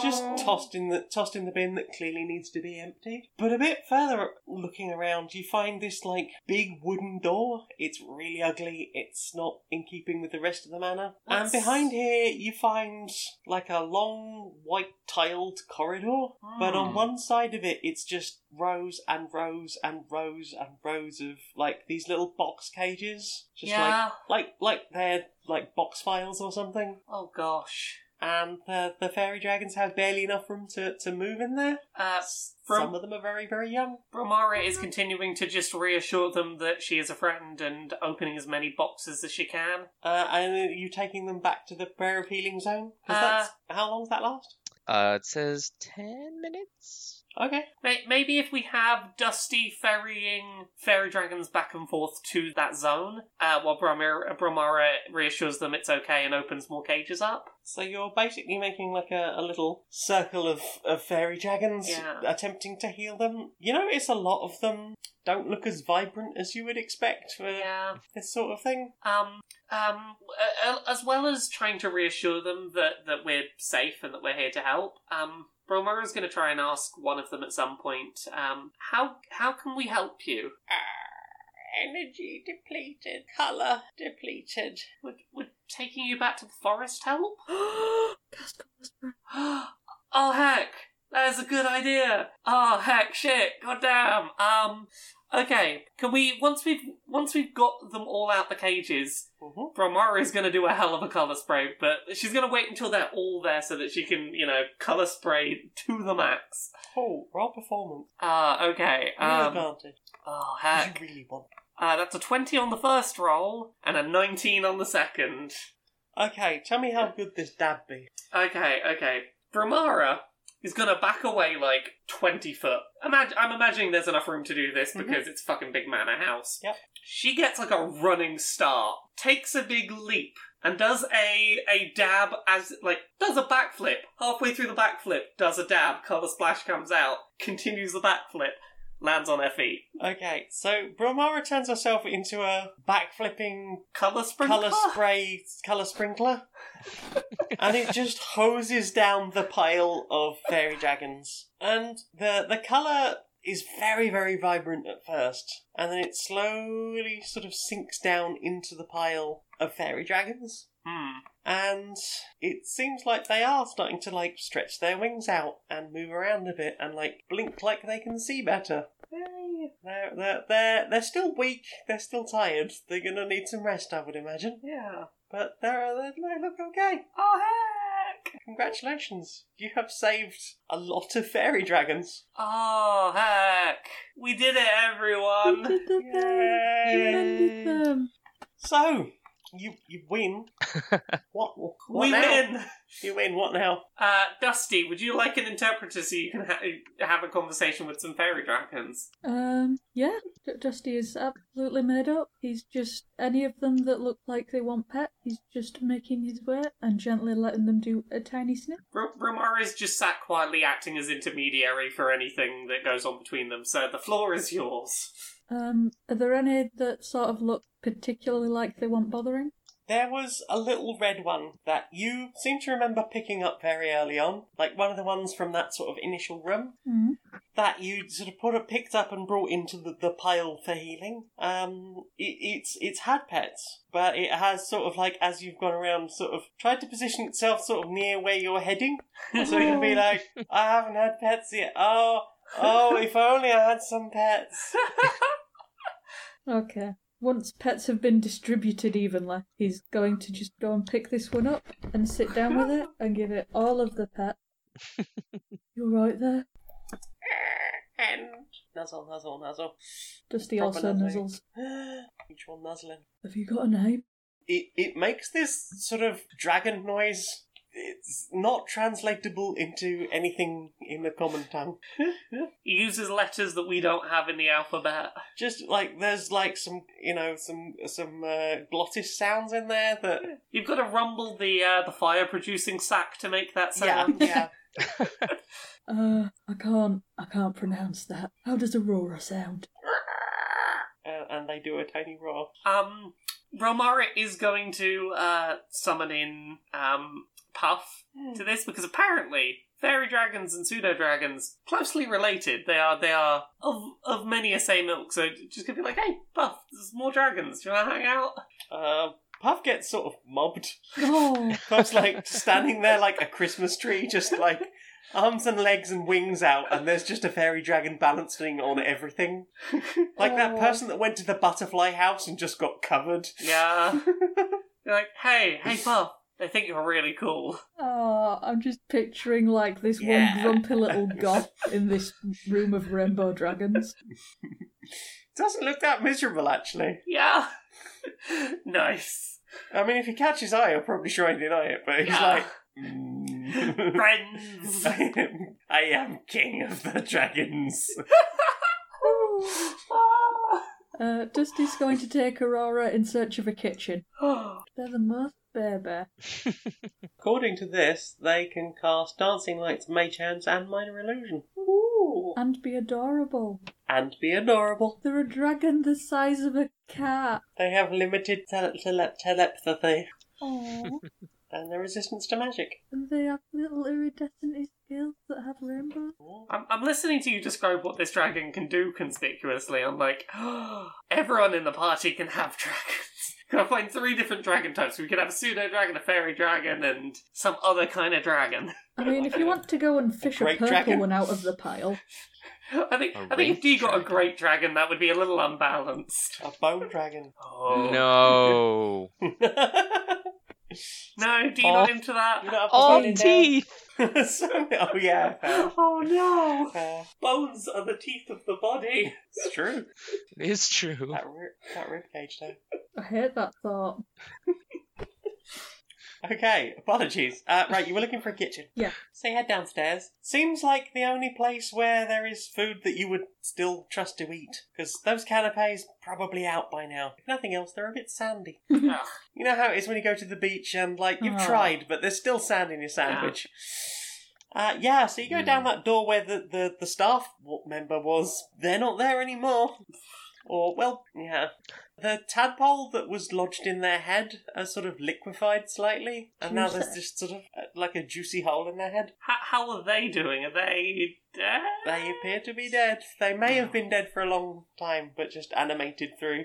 just tossed in the tossed in the bin that clearly needs to be emptied. But a bit further looking around, you find this like big wooden door. It's really ugly. It's not in keeping with the rest of the manor. And
What's-
behind here, you find like a long white tiled corridor. But on
Hmm.
one side of it, it's just rows and rows and rows and rows of like these little box cages, just
yeah.
like like like they're like box files or something
Oh gosh.
and the, the fairy dragons have barely enough room to, to move in there.
Uh,
Some
Brom-
of them are very, very young.
Bromara is continuing to just reassure them that she is a friend and opening as many boxes as she can.
Uh, and are you taking them back to the prayer of healing zone? 'Cause
Uh,
that's, how long's that last?
Uh, it says 10 minutes?
Okay.
May- Maybe if we have Dusty ferrying fairy dragons back and forth to that zone, uh, while Bromara, Bromara reassures them it's okay and opens more cages up.
So you're basically making like a, a little circle of, of fairy dragons,
Yeah.
attempting to heal them. You notice a lot of them don't look as vibrant as you would expect for
Yeah.
this sort of thing.
Um, um, uh, as well as trying to reassure them that, that we're safe and that we're here to help, um, Bromara's going to try and ask one of them at some point, um, how, how can we help you?
Energy depleted, colour depleted.
Would, would taking you back to the forest help?
Cast God's Breath.
oh heck, that is a good idea. Oh heck, shit, goddamn. Um, okay, can we once we've once we've got them all out the cages,
Mhm.
Bromara is going to do a hell of a color spray, but she's going to wait until they're all there so that she can you know color spray to the max.
Oh, raw performance.
Uh, okay.
Real
Um,
advantage.
oh
'Cause You
heck,
really want
uh, that's a twenty on the first roll and a nineteen on the second.
Okay, tell me how good this dab be.
Okay, okay. Bramara is gonna back away like 20 foot. Imag- I'm imagining there's enough room to do this
Mhm.
because it's a fucking big manor house.
Yep.
She gets like a running start, takes a big leap, and does a a dab as like does a backflip. Halfway through the backflip, does a dab, colour splash comes out, continues the backflip, lands on her feet.
Okay, so Bromara turns herself into a backflipping
Colour Oh, sprinkler.
colour spray, colour sprinkler, and it just hoses down the pile of fairy dragons. And the the colour is very very vibrant at first, and then it slowly sort of sinks down into the pile of fairy dragons.
Hmm.
and it seems like they are starting to like stretch their wings out and move around a bit and like blink like they can see better. Yay. They're, they're, they're, they're still weak, they're still tired, they're gonna need some rest, I would imagine.
Yeah.
But they're, they're, they look okay.
Oh heck!
Congratulations, you have saved a lot of fairy dragons.
Oh heck! We did it,
You
everyone.
did the thing. You
Yay.
mended them.
So, you, you win. what, what
we
now?
win.
You win, what now?
Uh, Dusty, would you like an interpreter so you can ha- have a conversation with some fairy dragons?
Um, yeah, D- Dusty is absolutely made up. He's just any of them that look like they want pet. He's just making his way and gently letting them do a tiny snip.
R- Romara is just sat quietly acting as intermediary for anything that goes on between them, so the floor is yours.
Um, are there any that sort of look particularly like they want bothering?
There was a little red one that you seem to remember picking up very early on, like one of the ones from that sort of initial room
Mm.
that you sort of put up, picked up and brought into the, the pile for healing. Um, it, it's it's had pets, but it has sort of like as you've gone around, sort of tried to position itself sort of near where you're heading, so it can be like, I haven't had pets yet. Oh, oh, if only I had some pets.
Okay. Once pets have been distributed evenly, he's going to just go and pick this one up and sit down with it and give it all of the pet. You're right there.
And nuzzle, nuzzle, nuzzle.
Dusty
Proper
also
nuzzling.
nuzzles.
Mutual nuzzling.
Have you got a name?
It it makes this sort of dragon noise. It's not translatable into anything in the common tongue.
He uses letters that we don't have in the alphabet.
Just like there's like some you know some some uh, glottis sounds in there that
You've got to rumble the uh, the fire producing sack to make that sound.
yeah
Uh, I can't, I can't pronounce that. How does Aurora sound?
yeah, uh, and they do a tiny roar.
Um, Romara is going to uh, summon in um, Puff to this because apparently fairy dragons and pseudo dragons closely related. They are they are of of many a same ilk. So just gonna be like, hey Puff, there's more dragons. Do you want to hang out?
Uh, Puff gets sort of mobbed.
Oh,
Puff's like standing there like a Christmas tree, just like arms and legs and wings out, and there's just a fairy dragon balancing on everything. Like that
Aw.
person that went to the butterfly house and just got covered.
Yeah. You're like, hey, hey Puff. They think you're really cool.
oh, I'm just picturing like this
Yeah.
one grumpy little goth in this room of rainbow dragons.
Doesn't look that miserable, actually.
Yeah. nice.
I mean, if you catch his eye, he'll probably try and deny it, but he's
Yeah.
like, "Mm,
Friends.
I, am, "Mm." I am king of the dragons.
Uh, Dusty's going to take Aurora in search of a kitchen.
Ah.
They're the most baby.
According to this, they can cast dancing lights, mage hands, and minor illusion. Ooh.
And be adorable.
And be adorable.
They're a dragon the size of a cat.
They have limited tele- tele- telepathy
Aww.
and their resistance to magic.
and they have little iridescent scales that have rainbows.
I'm, I'm listening to you describe what this dragon can do conspicuously. I'm like, everyone in the party can have dragons. Can I find three different dragon types? We could have a pseudo dragon, a fairy dragon, and some other kind of dragon.
I mean, if you want to go and fish a,
great
purple
dragon?
one out of the pile,
I think
A
I think if
ring
you got a
dragon.
great dragon, that would be a little unbalanced.
A bone dragon.
Oh
No.
you don't have
no! Do you
All-
not into that?
to
All
find it
teeth.
now. So- oh yeah, fair.
Oh no!
Fair.
Bones are the teeth of the body.
it's true.
It's true.
That ri- that rib cage though.
I hate that thought.
Okay, apologies. Uh, right, you were looking for a kitchen.
Yeah.
So you head downstairs. Seems like the only place where there is food that you would still trust to eat, because those canapes probably out by now. If nothing else, they're a bit sandy.
Ugh.
You know how it is when you go to the beach and like you've
Ah.
tried, but there's still sand in your sandwich. Uh, yeah, so you go
Mm.
down that door where the, the, the staff w- member was. They're not there anymore. Or, well, yeah. The tadpole that was lodged in their head has sort of liquefied slightly, and now there's
Juicy.
just sort of uh, like a juicy hole in their head.
How, how are they doing? Are they dead?
They appear to be dead. They may have been dead for a long time, but just animated through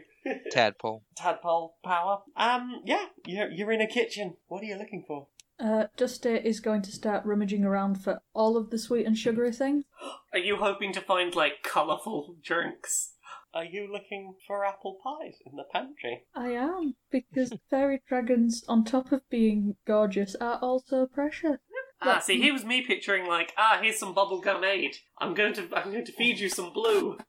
Tadpole.
tadpole power. Um, yeah, you're, you're in a kitchen. What are you looking for?
Uh, Dusty is going to start rummaging around for all of the sweet and sugary things.
Are you hoping to find like colourful drinks?
Are you looking for apple pies in the pantry?
I am, because fairy dragons, on top of being gorgeous, are also precious.
Ah,
Like-
see, here was me picturing like, ah, here's some bubblegum aid. I'm going to, I'm going to feed you some blue.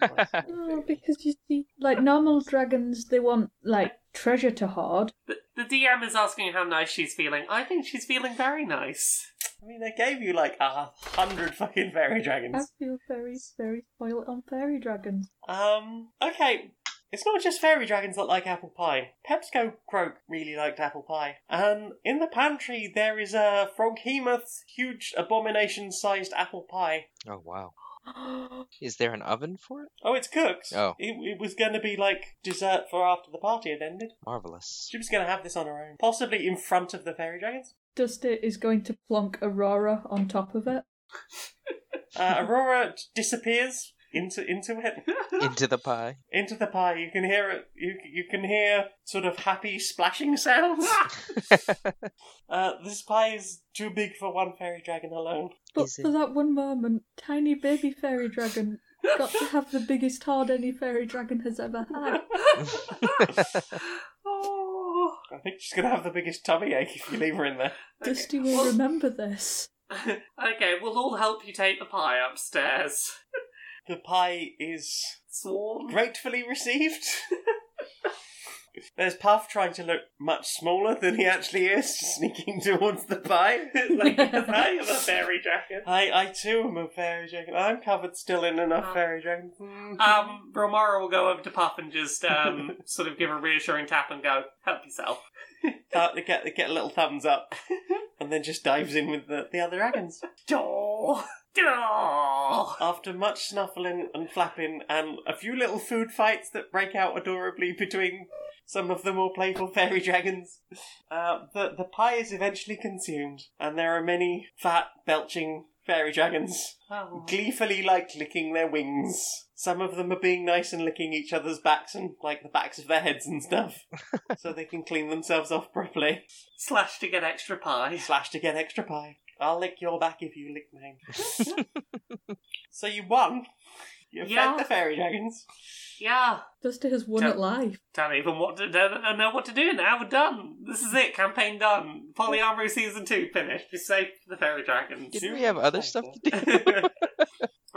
Oh, because you see, like normal dragons, they want like treasure to hoard.
The, the DM is asking how nice she's feeling. I think she's feeling very nice.
I mean, they gave you like a hundred fucking fairy
I
dragons.
feel very, very spoiled on fairy dragons.
Um, okay. It's not just fairy dragons that like apple pie. Pepsco Croak really liked apple pie. And in the pantry, there is a Froghemoth huge abomination sized apple pie.
Oh wow. Is there an oven for it?
Oh, it's cooked.
Oh.
It, it was going to be like dessert for after the party had ended.
Marvelous.
She was going to have this on her own. Possibly in front of the fairy dragons.
Dusty is going to plonk Aurora on top of it.
Uh, Aurora disappears into into it.
Into the pie.
into the pie. You can hear it. You you can hear sort of happy splashing sounds. uh, this pie is too big for one fairy dragon alone.
But
Is it-
for that one moment, tiny baby fairy dragon got to have the biggest hoard any fairy dragon has ever had.
oh.
I think she's gonna have the biggest tummy ache if you leave her in there.
Dusty will
Well-
remember this.
okay, we'll all help you take the pie upstairs.
The pie is
Swarm.
gratefully received. There's Puff trying to look much smaller than he actually is, just sneaking towards the pie.
like the pie of a fairy dragon.
I, I too am a fairy dragon. I'm covered still in enough fairy dragons.
Um, Bromara will go over to Puff and just um, sort of give a reassuring tap and go, help yourself.
Start to get, get a little thumbs up, and then just dives in with the, the other dragons.
Daw! Daw!
After much snuffling and flapping and a few little food fights that break out adorably between some of the more playful fairy dragons, uh, the, the pie is eventually consumed, and there are many fat, belching fairy dragons
Oh.
gleefully like licking their wings. Some of them are being nice and licking each other's backs and like the backs of their heads and stuff, so they can clean themselves off properly.
Slash to get extra pie.
Slash to get extra pie. I'll lick your back if you lick mine. so you won. You
Yeah.
fed the fairy dragons.
Yeah.
Dusty has won
Don't-
at life.
Don't even what to, don't, don't know what to do now. We're done. This is it. Campaign done. Polyamory season two finished. We saved the fairy dragons.
Didn't we have other stuff to do?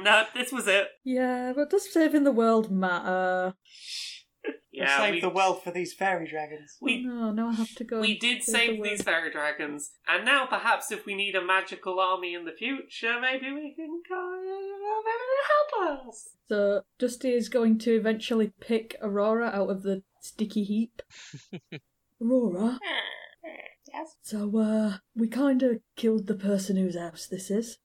no, this was it.
Yeah, but does saving the world matter?
You
Yeah,
saved
we,
the world for these fairy dragons.
we
no, Oh, no, I have to go.
We
and save
did
the
save
world.
these fairy dragons, and now perhaps if we need a magical army in the future, maybe we can go. Maybe they'll help us.
So Dusty is going to eventually pick Aurora out of the sticky heap.
Aurora,
Ah, Yes.
so uh, we kind of killed the person whose house this is.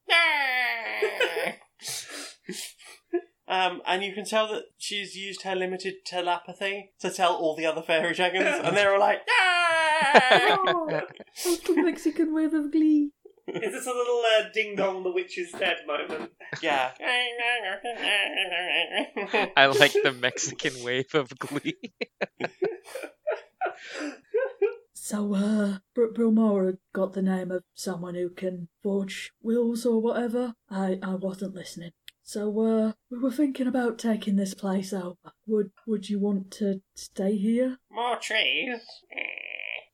Um, and you can tell that she's used her limited telepathy to tell all the other fairy dragons, and they're all like,
Oh, little Mexican wave of glee.
Is this a little uh, ding dong the witch is dead moment?
yeah.
I like the Mexican wave of glee.
So uh, Br- Bromora got the name of someone who can forge wills or whatever. I, I wasn't listening. So uh, we were thinking about taking this place over. Would Would you want to stay here?
More trees.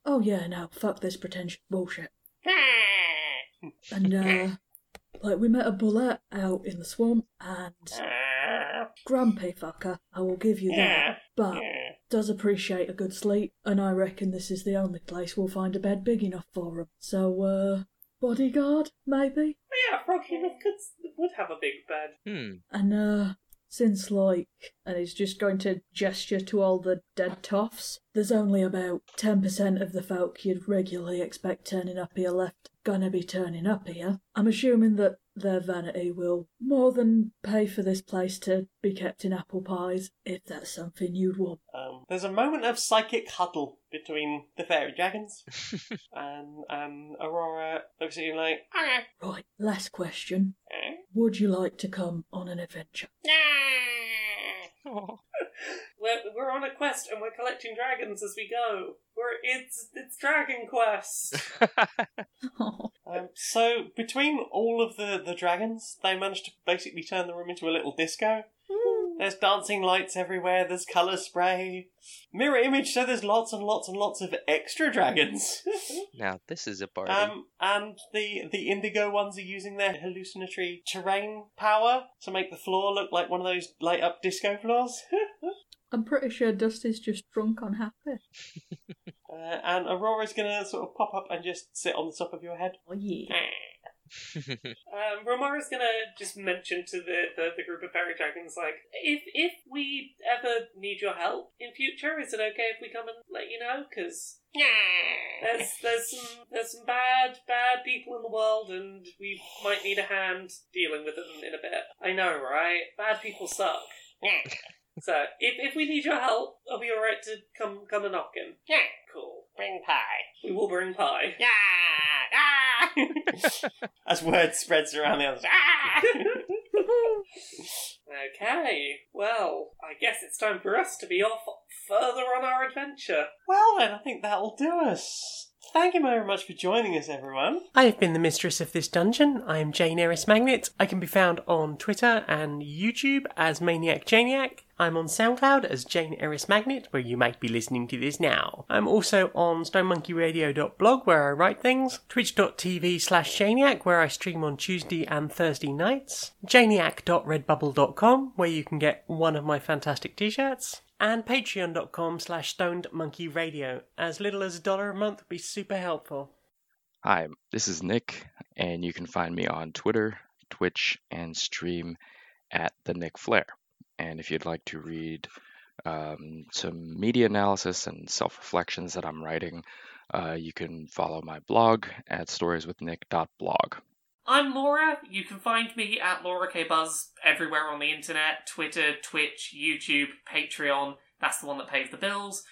Oh yeah, no, fuck this pretentious bullshit.
Hmm.
And uh, like we met a bullet out in the swamp, and
Ah.
grumpy fucker, I will give you that. But does appreciate a good sleep, and I reckon this is the only place we'll find a bed big enough for him. So uh, bodyguard maybe.
Yeah, Froggy would, could, would have a big bed.
Hmm.
And uh, since like
And he's just going to gesture to all the dead toffs.
there's only about ten percent of the folk you'd regularly expect turning up here left gonna be turning up here. I'm assuming that their vanity will more than pay for this place to be kept in apple pies, if that's something you'd want.
Um, there's a moment of psychic huddle between the fairy dragons, and um, Aurora looks at you like,
Right, last question.
Eh?
Would you like to come on an adventure?
Oh,
We're, we're on a quest and we're collecting dragons as we go. We're it's it's Dragon Quest.
Oh,
Um, so between all of the, the dragons, they managed to basically turn the room into a little disco. There's dancing lights everywhere. There's color spray, mirror image. So there's lots and lots and lots of extra dragons.
now this is a party.
um, and the the indigo ones are using their hallucinatory terrain power to make the floor look like one of those light up disco floors.
I'm pretty sure Dusty's just drunk on happy.
uh, and Aurora's gonna sort of pop up and just sit on the top of your head.
Oh yeah.
Um, Romara's gonna just mention to the, the, the group of fairy dragons, like, if if we ever need your help in future, is it okay if we come and let you know? Because there's there's some there's some bad bad people in the world, and we might need a hand dealing with them in a bit. I know, right? Bad people suck. so if if we need your help, are we all right to come come and knock in? Yeah, cool.
Bring pie.
We will bring pie.
Yeah.
Ah!
As word spreads around the others.
Okay, well, I guess it's time for us to be off further on our adventure.
Well, then, I think that'll do us.
Thank you very much for joining us, everyone.
I have been the mistress of this dungeon. I am Jane Eris Magnet. I can be found on Twitter and YouTube as Maniac Janiac. I'm on SoundCloud as Jane Eris Magnet, where you might be listening to this now. I'm also on StoneMonkeyRadio.blog, where I write things. Twitch.tv slash Janiac, where I stream on Tuesday and Thursday nights. Janiac.redbubble.com, where you can get one of my fantastic t-shirts and patreon.com slash stoned monkey radio as little as a dollar a month would be super helpful
Hi, this is Nick, and you can find me on Twitter, Twitch, and stream at the Nick Flair. And if you'd like to read um, some media analysis and self reflections that I'm writing, uh, you can follow my blog at storieswithnick.blog.
I'm Laura. You can find me at Laura K Buzz everywhere on the internet Twitter, Twitch, YouTube, Patreon. That's the one that pays the bills.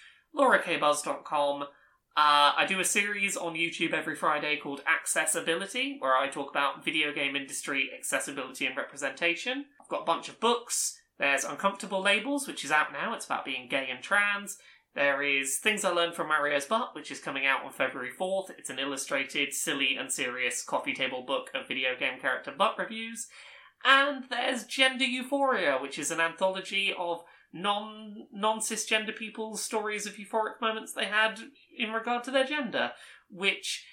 LauraKBuzz.com. Uh, I do a series on YouTube every Friday called Accessibility, where I talk about video game industry accessibility and representation. I've got a bunch of books. There's Uncomfortable Labels, which is out now. It's about being gay and trans. There is Things I Learned from Mario's Butt, which is coming out on February 4th. It's an illustrated, silly, and serious coffee table book of video game character butt reviews. And there's Gender Euphoria, which is an anthology of non non cisgender people's stories of euphoric moments they had in regard to their gender, which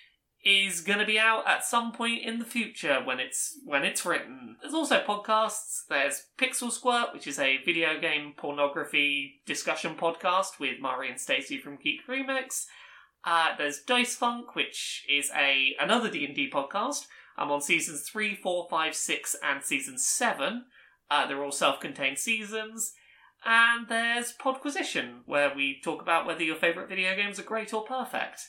is going to be out at some point in the future when it's when it's written. There's also podcasts. There's Pixel Squirt, which is a video game pornography discussion podcast with Mari and Stacey from Geek Remix. Uh, there's Dice Funk, which is a another D and D podcast. I'm on seasons three, four, five, six, and season seven. Uh, they're all self-contained seasons. And there's Podquisition, where we talk about whether your favourite video games are great or perfect.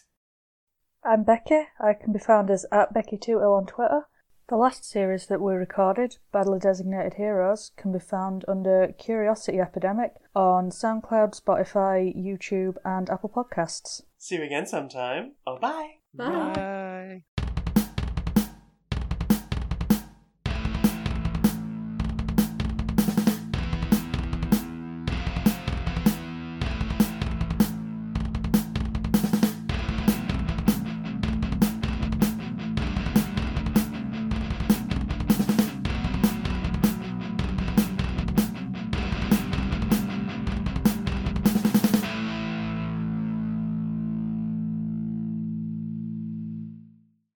I'm Becky. I can be found as at Becky2ill on Twitter. The last series that we recorded, Badly Designated Heroes, can be found under Curiosity Epidemic on SoundCloud, Spotify, YouTube, and Apple Podcasts.
See you again sometime. Oh, bye.
Bye.
Bye.